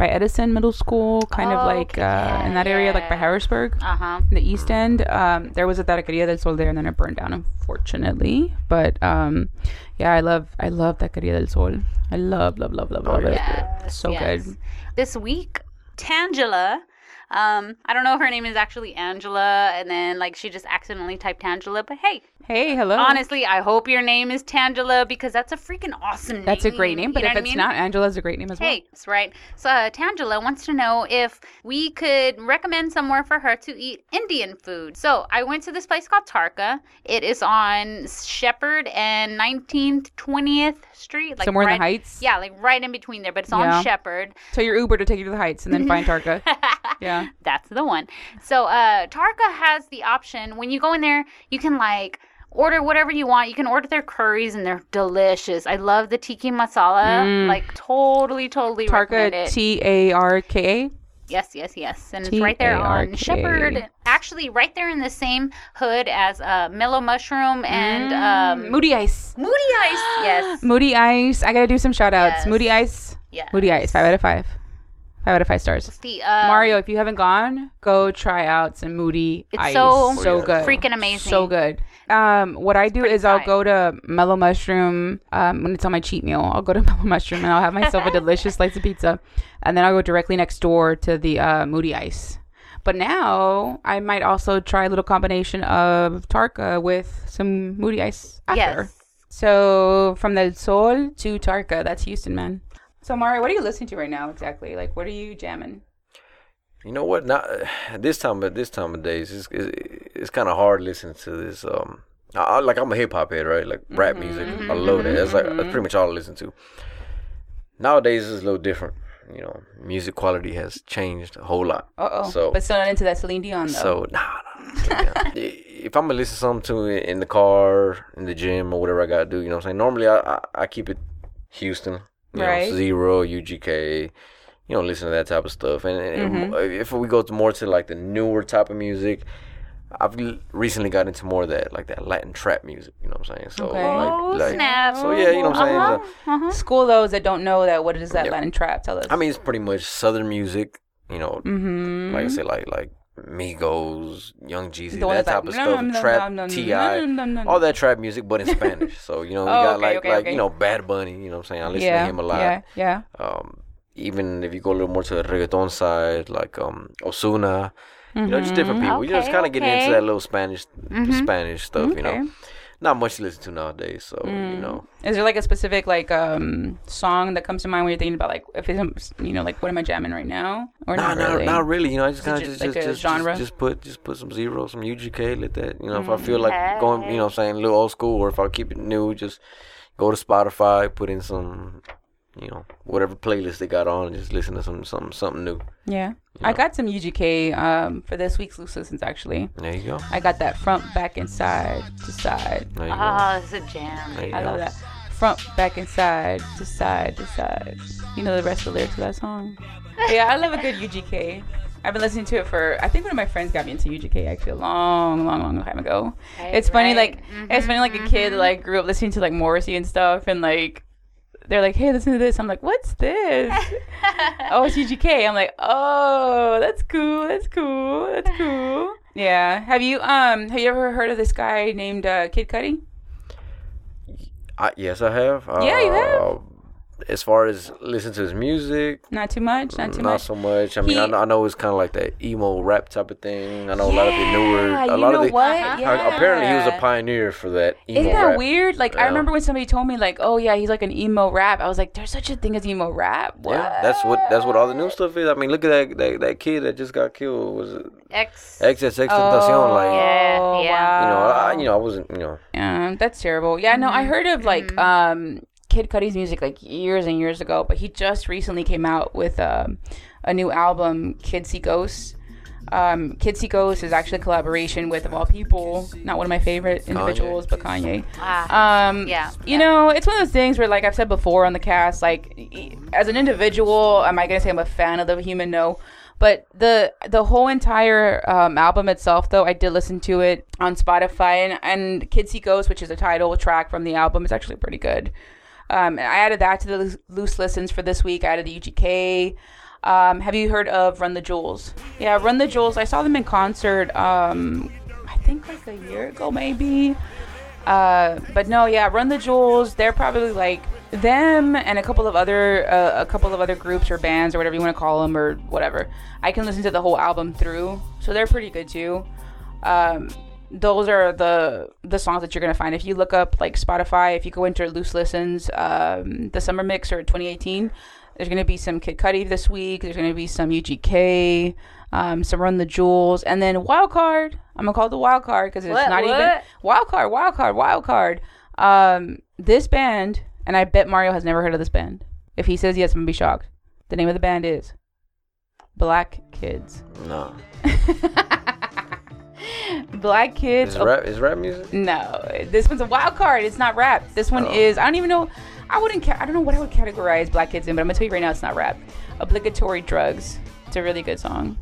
Speaker 3: by Edison Middle School, kind of
Speaker 1: Oh,
Speaker 3: like
Speaker 1: okay.
Speaker 3: uh, in that area, like by
Speaker 1: Yeah.
Speaker 3: Harrisburg,
Speaker 1: Uh huh.
Speaker 3: in the East End. Um, there was a Taqueria del Sol there and then it burned down, unfortunately. But um, yeah, I love, I love Taqueria del Sol. I love, love, love, love, love
Speaker 1: Oh,
Speaker 3: it.
Speaker 1: Yes,
Speaker 3: So
Speaker 1: yes.
Speaker 3: good.
Speaker 1: This week, Tangela. Um, I don't know if her name is actually Angela, and then like she just accidentally typed Tangela. But hey,
Speaker 3: Hey, hello.
Speaker 1: honestly, I hope your name is Tangela because that's a freaking awesome name.
Speaker 3: That's a great name, but
Speaker 1: You know
Speaker 3: if
Speaker 1: what I
Speaker 3: it's
Speaker 1: mean?
Speaker 3: not, Angela's a great name as well.
Speaker 1: Hey, that's right. So uh, Tangela wants to know if we could recommend somewhere for her to eat Indian food. So I went to this place called Tarka. It is on Shepherd and 19th, 20th Street. Like
Speaker 3: Somewhere
Speaker 1: right,
Speaker 3: in the Heights.
Speaker 1: Yeah, like right in between there, but it's
Speaker 3: Yeah.
Speaker 1: on Shepherd. [LAUGHS]
Speaker 3: Tell your Uber to take you to the Heights and then find Tarka. yeah.
Speaker 1: That's the one. So uh, Tarka has the option when you go in there, you can like order whatever you want. You can order their curries and they're delicious. I love the tiki masala.
Speaker 3: Mm.
Speaker 1: Like totally, totally recommend
Speaker 3: Tarka
Speaker 1: it.
Speaker 3: T A R K A.
Speaker 1: yes, yes, yes. And it's right there on
Speaker 3: T-A-R-K.
Speaker 1: Shepherd. Actually, right there in the same hood as uh, Mellow Mushroom and um,
Speaker 3: Moody Ice.
Speaker 1: Moody Ice.
Speaker 3: [GASPS]
Speaker 1: Yes.
Speaker 3: Moody Ice. I gotta do some shout outs.
Speaker 1: Yes.
Speaker 3: Moody Ice.
Speaker 1: yes.
Speaker 3: Moody Ice. Five out of five. Five out of five stars.
Speaker 1: The, uh,
Speaker 3: Mario, if you haven't gone, go try out some Moody
Speaker 1: Oh, It's
Speaker 3: Ice.
Speaker 1: so
Speaker 4: freaking
Speaker 3: good.
Speaker 1: freaking amazing.
Speaker 3: So good. Um, what I do
Speaker 1: pretty
Speaker 3: is I'll
Speaker 1: high.
Speaker 3: go to Mellow Mushroom um, when it's on my cheat meal. I'll go to [LAUGHS] Mellow Mushroom and I'll have
Speaker 1: [LAUGHS]
Speaker 3: myself a delicious slice of pizza, and then I'll go directly next door to the uh, Moody Ice. But now I might also try a little combination of Tarka with some Moody Ice after.
Speaker 1: Yes.
Speaker 3: So from Del Sol to Tarka, that's Houston, man. So Mario, what are you listening to right now exactly? Like, what are you jamming?
Speaker 4: you know what? Not this time, but this time of days, it's it's, it's kind of hard listening to this. Um, I, I- like I'm a hip hop head, right? Like rap music, I love that. That's like that's pretty much all I listen to. Nowadays, it's a little different. You know, music quality has changed a whole lot.
Speaker 3: Uh oh,
Speaker 4: So-
Speaker 3: but still not into that Celine Dion though.
Speaker 4: So nah, nah. yeah.
Speaker 1: [LAUGHS]
Speaker 4: if I'm gonna listen to something to it in the car, in the gym, or whatever I gotta do, you know what I'm saying. Normally, I I, I keep it Houston, you
Speaker 3: Right.
Speaker 4: know, zero UGK. You know, listen to that type of stuff. And,
Speaker 1: Mm-hmm.
Speaker 4: and if we go to more to like the newer type of music, I've l- recently got into more of that like that Latin trap music. You know what I'm saying? So
Speaker 3: Okay.
Speaker 4: like,
Speaker 1: Oh,
Speaker 4: like-
Speaker 1: snap.
Speaker 4: So yeah, you know what I'm saying.
Speaker 1: Uh-huh,
Speaker 4: So-
Speaker 1: uh-huh.
Speaker 3: School those that don't know that. What is that
Speaker 4: Yeah.
Speaker 3: Latin trap? Tell us.
Speaker 4: I mean, it's pretty much southern music. You know,
Speaker 3: mm-hmm.
Speaker 4: like I said, like like Migos, Young Jeezy,
Speaker 3: The one
Speaker 4: that
Speaker 3: that's
Speaker 4: type
Speaker 3: like,
Speaker 4: of
Speaker 3: "Nom, nom, nom,
Speaker 4: stuff,
Speaker 3: nom,
Speaker 4: trap,
Speaker 3: nom,
Speaker 4: Ti,
Speaker 3: nom, nom, nom,
Speaker 4: all that trap music, but in Spanish. So you know, you
Speaker 3: Oh,
Speaker 4: got
Speaker 3: okay,
Speaker 4: like
Speaker 3: okay,
Speaker 4: like
Speaker 3: okay.
Speaker 4: you know Bad Bunny. You know what I'm saying? I listen to him a lot.
Speaker 3: Yeah, yeah.
Speaker 4: Um, even if you go a little more to the reggaeton side, like um Osuna, You
Speaker 3: Mm-hmm.
Speaker 4: know, just different people. we just
Speaker 1: Okay,
Speaker 4: kind of getting
Speaker 1: okay.
Speaker 4: into that little Spanish, Spanish stuff. You
Speaker 3: Okay. Mm.
Speaker 4: know, not much to listen to nowadays. So you know,
Speaker 3: Is there like a specific like um song that comes to mind when you're thinking about like if it's you know like what am I jamming right now or
Speaker 4: Nah,
Speaker 3: not really?
Speaker 4: Not, not really. You know, I just
Speaker 3: Is it
Speaker 4: kind of
Speaker 3: just
Speaker 4: just
Speaker 3: like
Speaker 4: just,
Speaker 3: a
Speaker 4: just,
Speaker 3: genre?
Speaker 4: just put just put some zero, some UGK, let that. You know, if I feel like
Speaker 3: Mm-hmm.
Speaker 4: going, you know, what I'm saying a little old school, or if I keep it new, just go to Spotify, put in some, you know, whatever playlist they got on, and just listen to some something something new.
Speaker 3: Yeah. I got some UGK um for this week's loose listens actually.
Speaker 4: There you go.
Speaker 3: I got that front back inside to side.
Speaker 4: There you
Speaker 3: Uh-huh.
Speaker 4: go.
Speaker 1: Oh, it's a jam.
Speaker 4: There you
Speaker 3: I
Speaker 4: go.
Speaker 3: love that. Front, back, and side, to side, to side. You know the rest of the lyrics of that song. yeah, I love a good UGK. I've been listening to it for. I think one of my friends got me into UGK actually a long, long, long time ago.
Speaker 1: Right,
Speaker 3: it's funny,
Speaker 1: right.
Speaker 3: like it's funny, like a kid like grew up listening to like Morrissey and stuff, and like they're like, "Hey, listen to this." I'm like, "What's this?" oh, it's UGK. I'm like, "Oh, that's cool. That's cool. That's cool." Yeah. Have you um have you ever heard of this guy named uh, Kid Cudi?
Speaker 4: I, yes, I have.
Speaker 3: Yeah, you have.
Speaker 4: Uh, As far as listen to his music,
Speaker 3: Not too much. Not too
Speaker 4: not
Speaker 3: much.
Speaker 4: so much. I mean, I,
Speaker 3: He-
Speaker 4: know, I know it's kind of like that emo rap type of thing. I know a lot of the newer,
Speaker 3: Yeah,
Speaker 4: a
Speaker 3: you
Speaker 4: lot
Speaker 3: know
Speaker 4: of the.
Speaker 3: what?
Speaker 1: Uh-huh.
Speaker 4: a- Apparently, he was
Speaker 3: Yeah.
Speaker 4: a pioneer for that. Emo
Speaker 3: Isn't that
Speaker 4: rap.
Speaker 3: weird? Like I
Speaker 4: Yeah.
Speaker 3: remember when somebody told me, like, "Oh yeah, he's like an emo rap." I was like, "There's such a thing as emo rap." What?
Speaker 4: Yeah, that's what that's what all the new stuff is. I mean, look at that that, that kid that just got killed. Was it
Speaker 1: X.
Speaker 4: XXX
Speaker 3: Oh,
Speaker 4: Tentacion? Like,
Speaker 1: Yeah, yeah.
Speaker 4: you know, I,
Speaker 3: wow.
Speaker 4: you know, I wasn't, you know,
Speaker 3: Yeah, that's terrible. Yeah, no, I
Speaker 1: Mm-hmm.
Speaker 3: heard of like um Kid Cudi's music like years and years ago, but he just recently came out with um a new album, Kid See Ghosts. Um, Kid See Ghosts is actually a collaboration with, of all people, not one of my favorite individuals, but Kanye.
Speaker 1: Ah,
Speaker 3: Um,
Speaker 1: Yeah, yeah.
Speaker 3: You know, it's one of those things where, like I've said before on the cast, like e- as an individual, am I going to say I'm a fan of the human? No. But the the whole entire um, album itself, though, I did listen to it on Spotify and and Kids See Ghost, which is a title track from the album, is actually pretty good. Um, and I added that to the loose- loose listens for this week. I added the UGK. Um, have you heard of Run the Jewels? Yeah, Run the Jewels. I saw them in concert. Um, I think like a year ago, maybe. Uh, but no, yeah, Run the Jewels. They're probably like them and a couple of other uh, a couple of other groups or bands or whatever you want to call them or whatever. I can listen to the whole album through, so they're pretty good too. Um, those are the the songs that you're gonna find if you look up like Spotify. If you go into Loose Listens, um, the Summer Mix or 2018. There's gonna be some Kid Cudi this week. There's gonna be some UGK, um, some Run the Jewels, and then Wild Card. I'm gonna call it the Wild Card because it's
Speaker 1: What?
Speaker 3: not even
Speaker 1: What?
Speaker 3: Wild Card, Wild Card, Wild Card. Um, this band, and I bet Mario has never heard of this band. If he says yes, I'm gonna be shocked. The name of the band is Black Kids.
Speaker 4: no.
Speaker 3: Black Kids.
Speaker 4: Is rap is rap music?
Speaker 3: No, this one's a wild card. It's not rap. This one
Speaker 4: Oh.
Speaker 3: is. I don't even know. I wouldn't. Ca- I don't know what I would categorize black kids in, but I'm gonna tell you right now, it's not rap. Obligatory drugs. It's a really good song.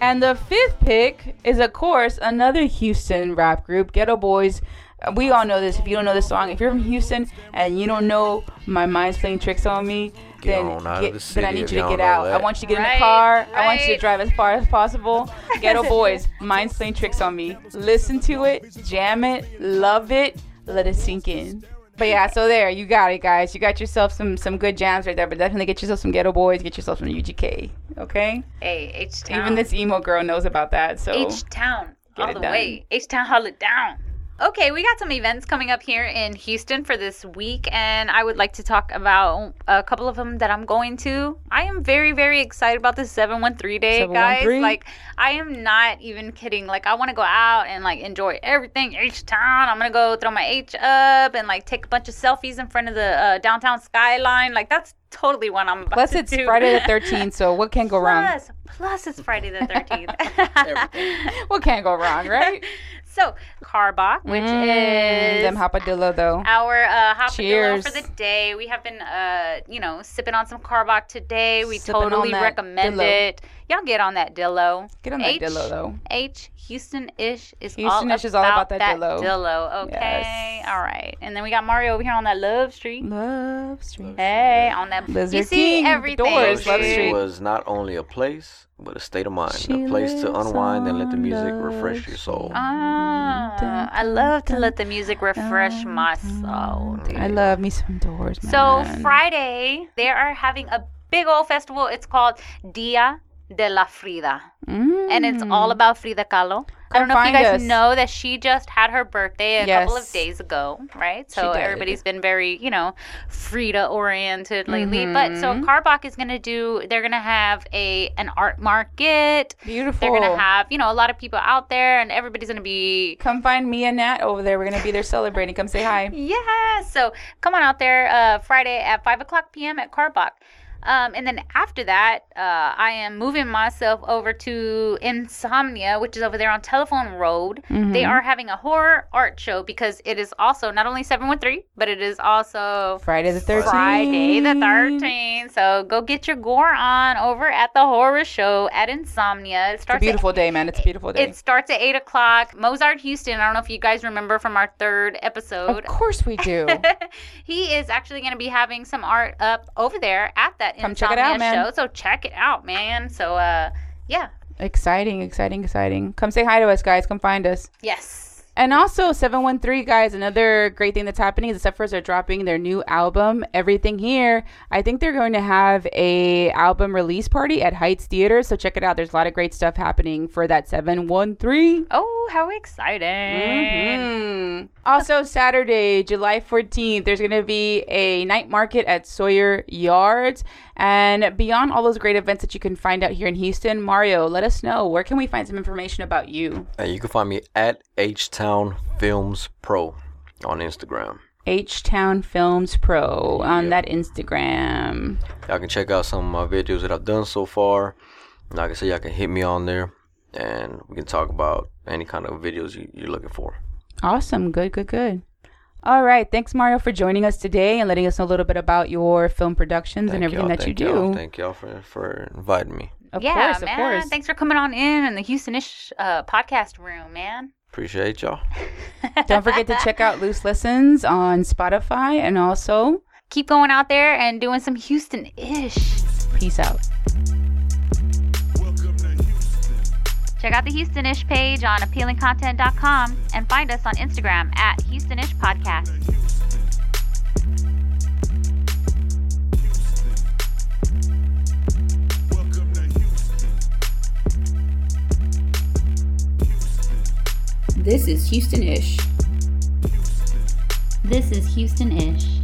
Speaker 3: And the fifth pick is, of course, another Houston rap group, Ghetto Boys. Uh, We all know this. If you don't know this song, if you're from Houston and you don't know "My Mind's Playing Tricks on Me,"
Speaker 4: Get
Speaker 3: then,
Speaker 4: on out of
Speaker 3: get-
Speaker 4: the
Speaker 3: then I
Speaker 4: city
Speaker 3: need
Speaker 4: if
Speaker 3: you to
Speaker 4: y'all
Speaker 3: get
Speaker 4: know
Speaker 3: out. I
Speaker 4: that.
Speaker 3: want you to get in the
Speaker 1: Right,
Speaker 3: car. I want you to
Speaker 1: right.
Speaker 3: drive as far as
Speaker 1: [LAUGHS]
Speaker 3: possible. Ghetto Boys, Mind's Playing Tricks on Me. Listen to it, jam it, love it, let it sink in. But yeah, so there, you got it, guys. You got yourself some some good jams right there, but definitely get yourself some Ghetto Boys, get yourself some UGK, okay?
Speaker 1: hey, H Town.
Speaker 3: Even this emo girl knows about that, so.
Speaker 1: H Town
Speaker 3: it
Speaker 1: all the
Speaker 3: done.
Speaker 1: way. H Town, haul it down. Okay, we got some events coming up here in Houston for this week, and I would like to talk about a couple of them that I'm going to. I am very, very excited about this 713 day, guys.
Speaker 3: 713.
Speaker 1: Like, I am not even kidding. Like, I want to go out and like enjoy everything H Town. I'm gonna go throw my H up and like take a bunch of selfies in front of the uh, downtown skyline. Like, that's totally what I'm about
Speaker 3: Plus,
Speaker 1: to
Speaker 3: it's
Speaker 1: do.
Speaker 3: Friday the 13th, so what
Speaker 1: [LAUGHS]
Speaker 3: can go wrong?
Speaker 1: Plus, plus it's Friday the
Speaker 3: [LAUGHS]
Speaker 1: 13th.
Speaker 3: What can
Speaker 1: [LAUGHS]
Speaker 3: go wrong, right?
Speaker 1: So Carbach, which
Speaker 3: Mm,
Speaker 1: is
Speaker 3: Them hopadillo, though.
Speaker 1: our uh, hopadillo
Speaker 3: Cheers.
Speaker 1: for the day. We have been, uh, you know, sipping on some Carbach today. We
Speaker 3: Sipping on
Speaker 1: totally
Speaker 3: that
Speaker 1: recommend
Speaker 3: Dillo.
Speaker 1: it. Y'all get on that Dillo.
Speaker 3: Get on that
Speaker 1: H-
Speaker 3: dillo, though.
Speaker 1: H Houston ish is
Speaker 3: Houston-ish
Speaker 1: all
Speaker 3: is all about that Dillo.
Speaker 1: Dillo. Okay,
Speaker 3: Yes.
Speaker 1: all right. And then we got Mario over here on that Love Street.
Speaker 3: Love Street.
Speaker 1: Hey, on that you
Speaker 3: Lizard
Speaker 1: see
Speaker 3: King, the
Speaker 1: everything.
Speaker 3: Doors, Love
Speaker 1: dude.
Speaker 3: Street.
Speaker 4: was not only a place, but a state of mind,
Speaker 3: She
Speaker 4: a place to
Speaker 3: lives
Speaker 4: unwind and let the
Speaker 3: on
Speaker 4: music
Speaker 3: Love
Speaker 4: refresh your soul.
Speaker 1: Ah, I love to let the music refresh my soul, dude.
Speaker 3: I love me some doors, man.
Speaker 1: So Friday, they are having a big old festival. It's called Dia de la Frida.
Speaker 3: Mm.
Speaker 1: And it's all about Frida Kahlo. I don't know if you
Speaker 3: find
Speaker 1: guys
Speaker 3: us.
Speaker 1: know that she just had her birthday a couple of
Speaker 3: Yes.
Speaker 1: days ago, right? So
Speaker 3: did.
Speaker 1: everybody's been very, you know, Frida oriented lately. But
Speaker 3: Mm-hmm.
Speaker 1: so Carbach is going to do, they're going to have a an art market.
Speaker 3: Beautiful.
Speaker 1: They're going to have, you know, a lot of people out there and everybody's going to be
Speaker 3: Come find me and Nat over there. We're gonna be there celebrating. Come say hi.
Speaker 1: Yeah. So come on out there uh, Friday at 5 o'clock p.m. at Carbach. Um, and then after that, uh, I am moving myself over to Insomnia, which is over there on Telephone Road. They
Speaker 3: Mm-hmm.
Speaker 1: are having a horror art show because it is also not only 713, but it is also
Speaker 3: Friday the thirteenth.
Speaker 1: Friday the 13th. So go get your gore on over at the horror show at Insomnia. It
Speaker 3: It's a
Speaker 1: starts at
Speaker 3: beautiful day, man. It's a beautiful day.
Speaker 1: it starts at eight o'clock. Mozart Houston. I don't know if you guys remember from our third
Speaker 3: of
Speaker 1: episode.
Speaker 3: course we
Speaker 1: [LAUGHS]
Speaker 3: do.
Speaker 1: he is actually going to be having some art up over there at that
Speaker 3: Come
Speaker 1: Insomnia
Speaker 3: check it out, man.
Speaker 1: show. So check it out, man. So uh, yeah,
Speaker 3: exciting, exciting, exciting. Come say hi to us, guys. Come find us.
Speaker 1: yes,
Speaker 3: And also, 713, guys, another great thing that's happening is the Zephyrs are dropping their new album, Everything Here. I think they're going to have a album release party at Heights Theater, so check it out. There's a lot of great stuff happening for that 713.
Speaker 1: Oh, how exciting!
Speaker 4: Mm-hmm.
Speaker 3: Mhm. Also, Saturday, July 14th, there's going to be a night market at Sawyer Yards. And beyond all those great events that you can find out here in Houston, Mario, let us know where can we find some information about you?
Speaker 4: And you can find me at H Town Films Pro on Instagram.
Speaker 3: H Town Films Pro on that Instagram.
Speaker 4: Y'all can check out some of my videos that I've done so far. Like I said, y'all can hit me on there and we can talk about any kind of videos you, you're looking for.
Speaker 3: Awesome. Good, good, good. All right. Thanks, Mario, for joining us today and letting us know a little bit about your film productions and everything
Speaker 4: y'all,
Speaker 3: that you
Speaker 4: thank
Speaker 3: do.
Speaker 4: Y'all, thank y'all for, for inviting me.
Speaker 3: of
Speaker 1: yeah,
Speaker 3: course,
Speaker 1: man.
Speaker 3: of course.
Speaker 1: Thanks for coming on in in the Houstonish uh, podcast room, man.
Speaker 4: Appreciate y'all.
Speaker 3: Don't forget to check out Loose Lessons on Spotify and also
Speaker 1: Keep going out there and doing some Houston-ish.
Speaker 3: peace out.
Speaker 2: Welcome to Houston.
Speaker 1: Check out the Houstonish page on appealingcontent.com and find us on Instagram at Houstonish Podcast.
Speaker 2: Houston. Houston. Welcome to Houston. Houston.
Speaker 5: This is Houston Ish.
Speaker 2: Houston.
Speaker 1: This is Houston-ish.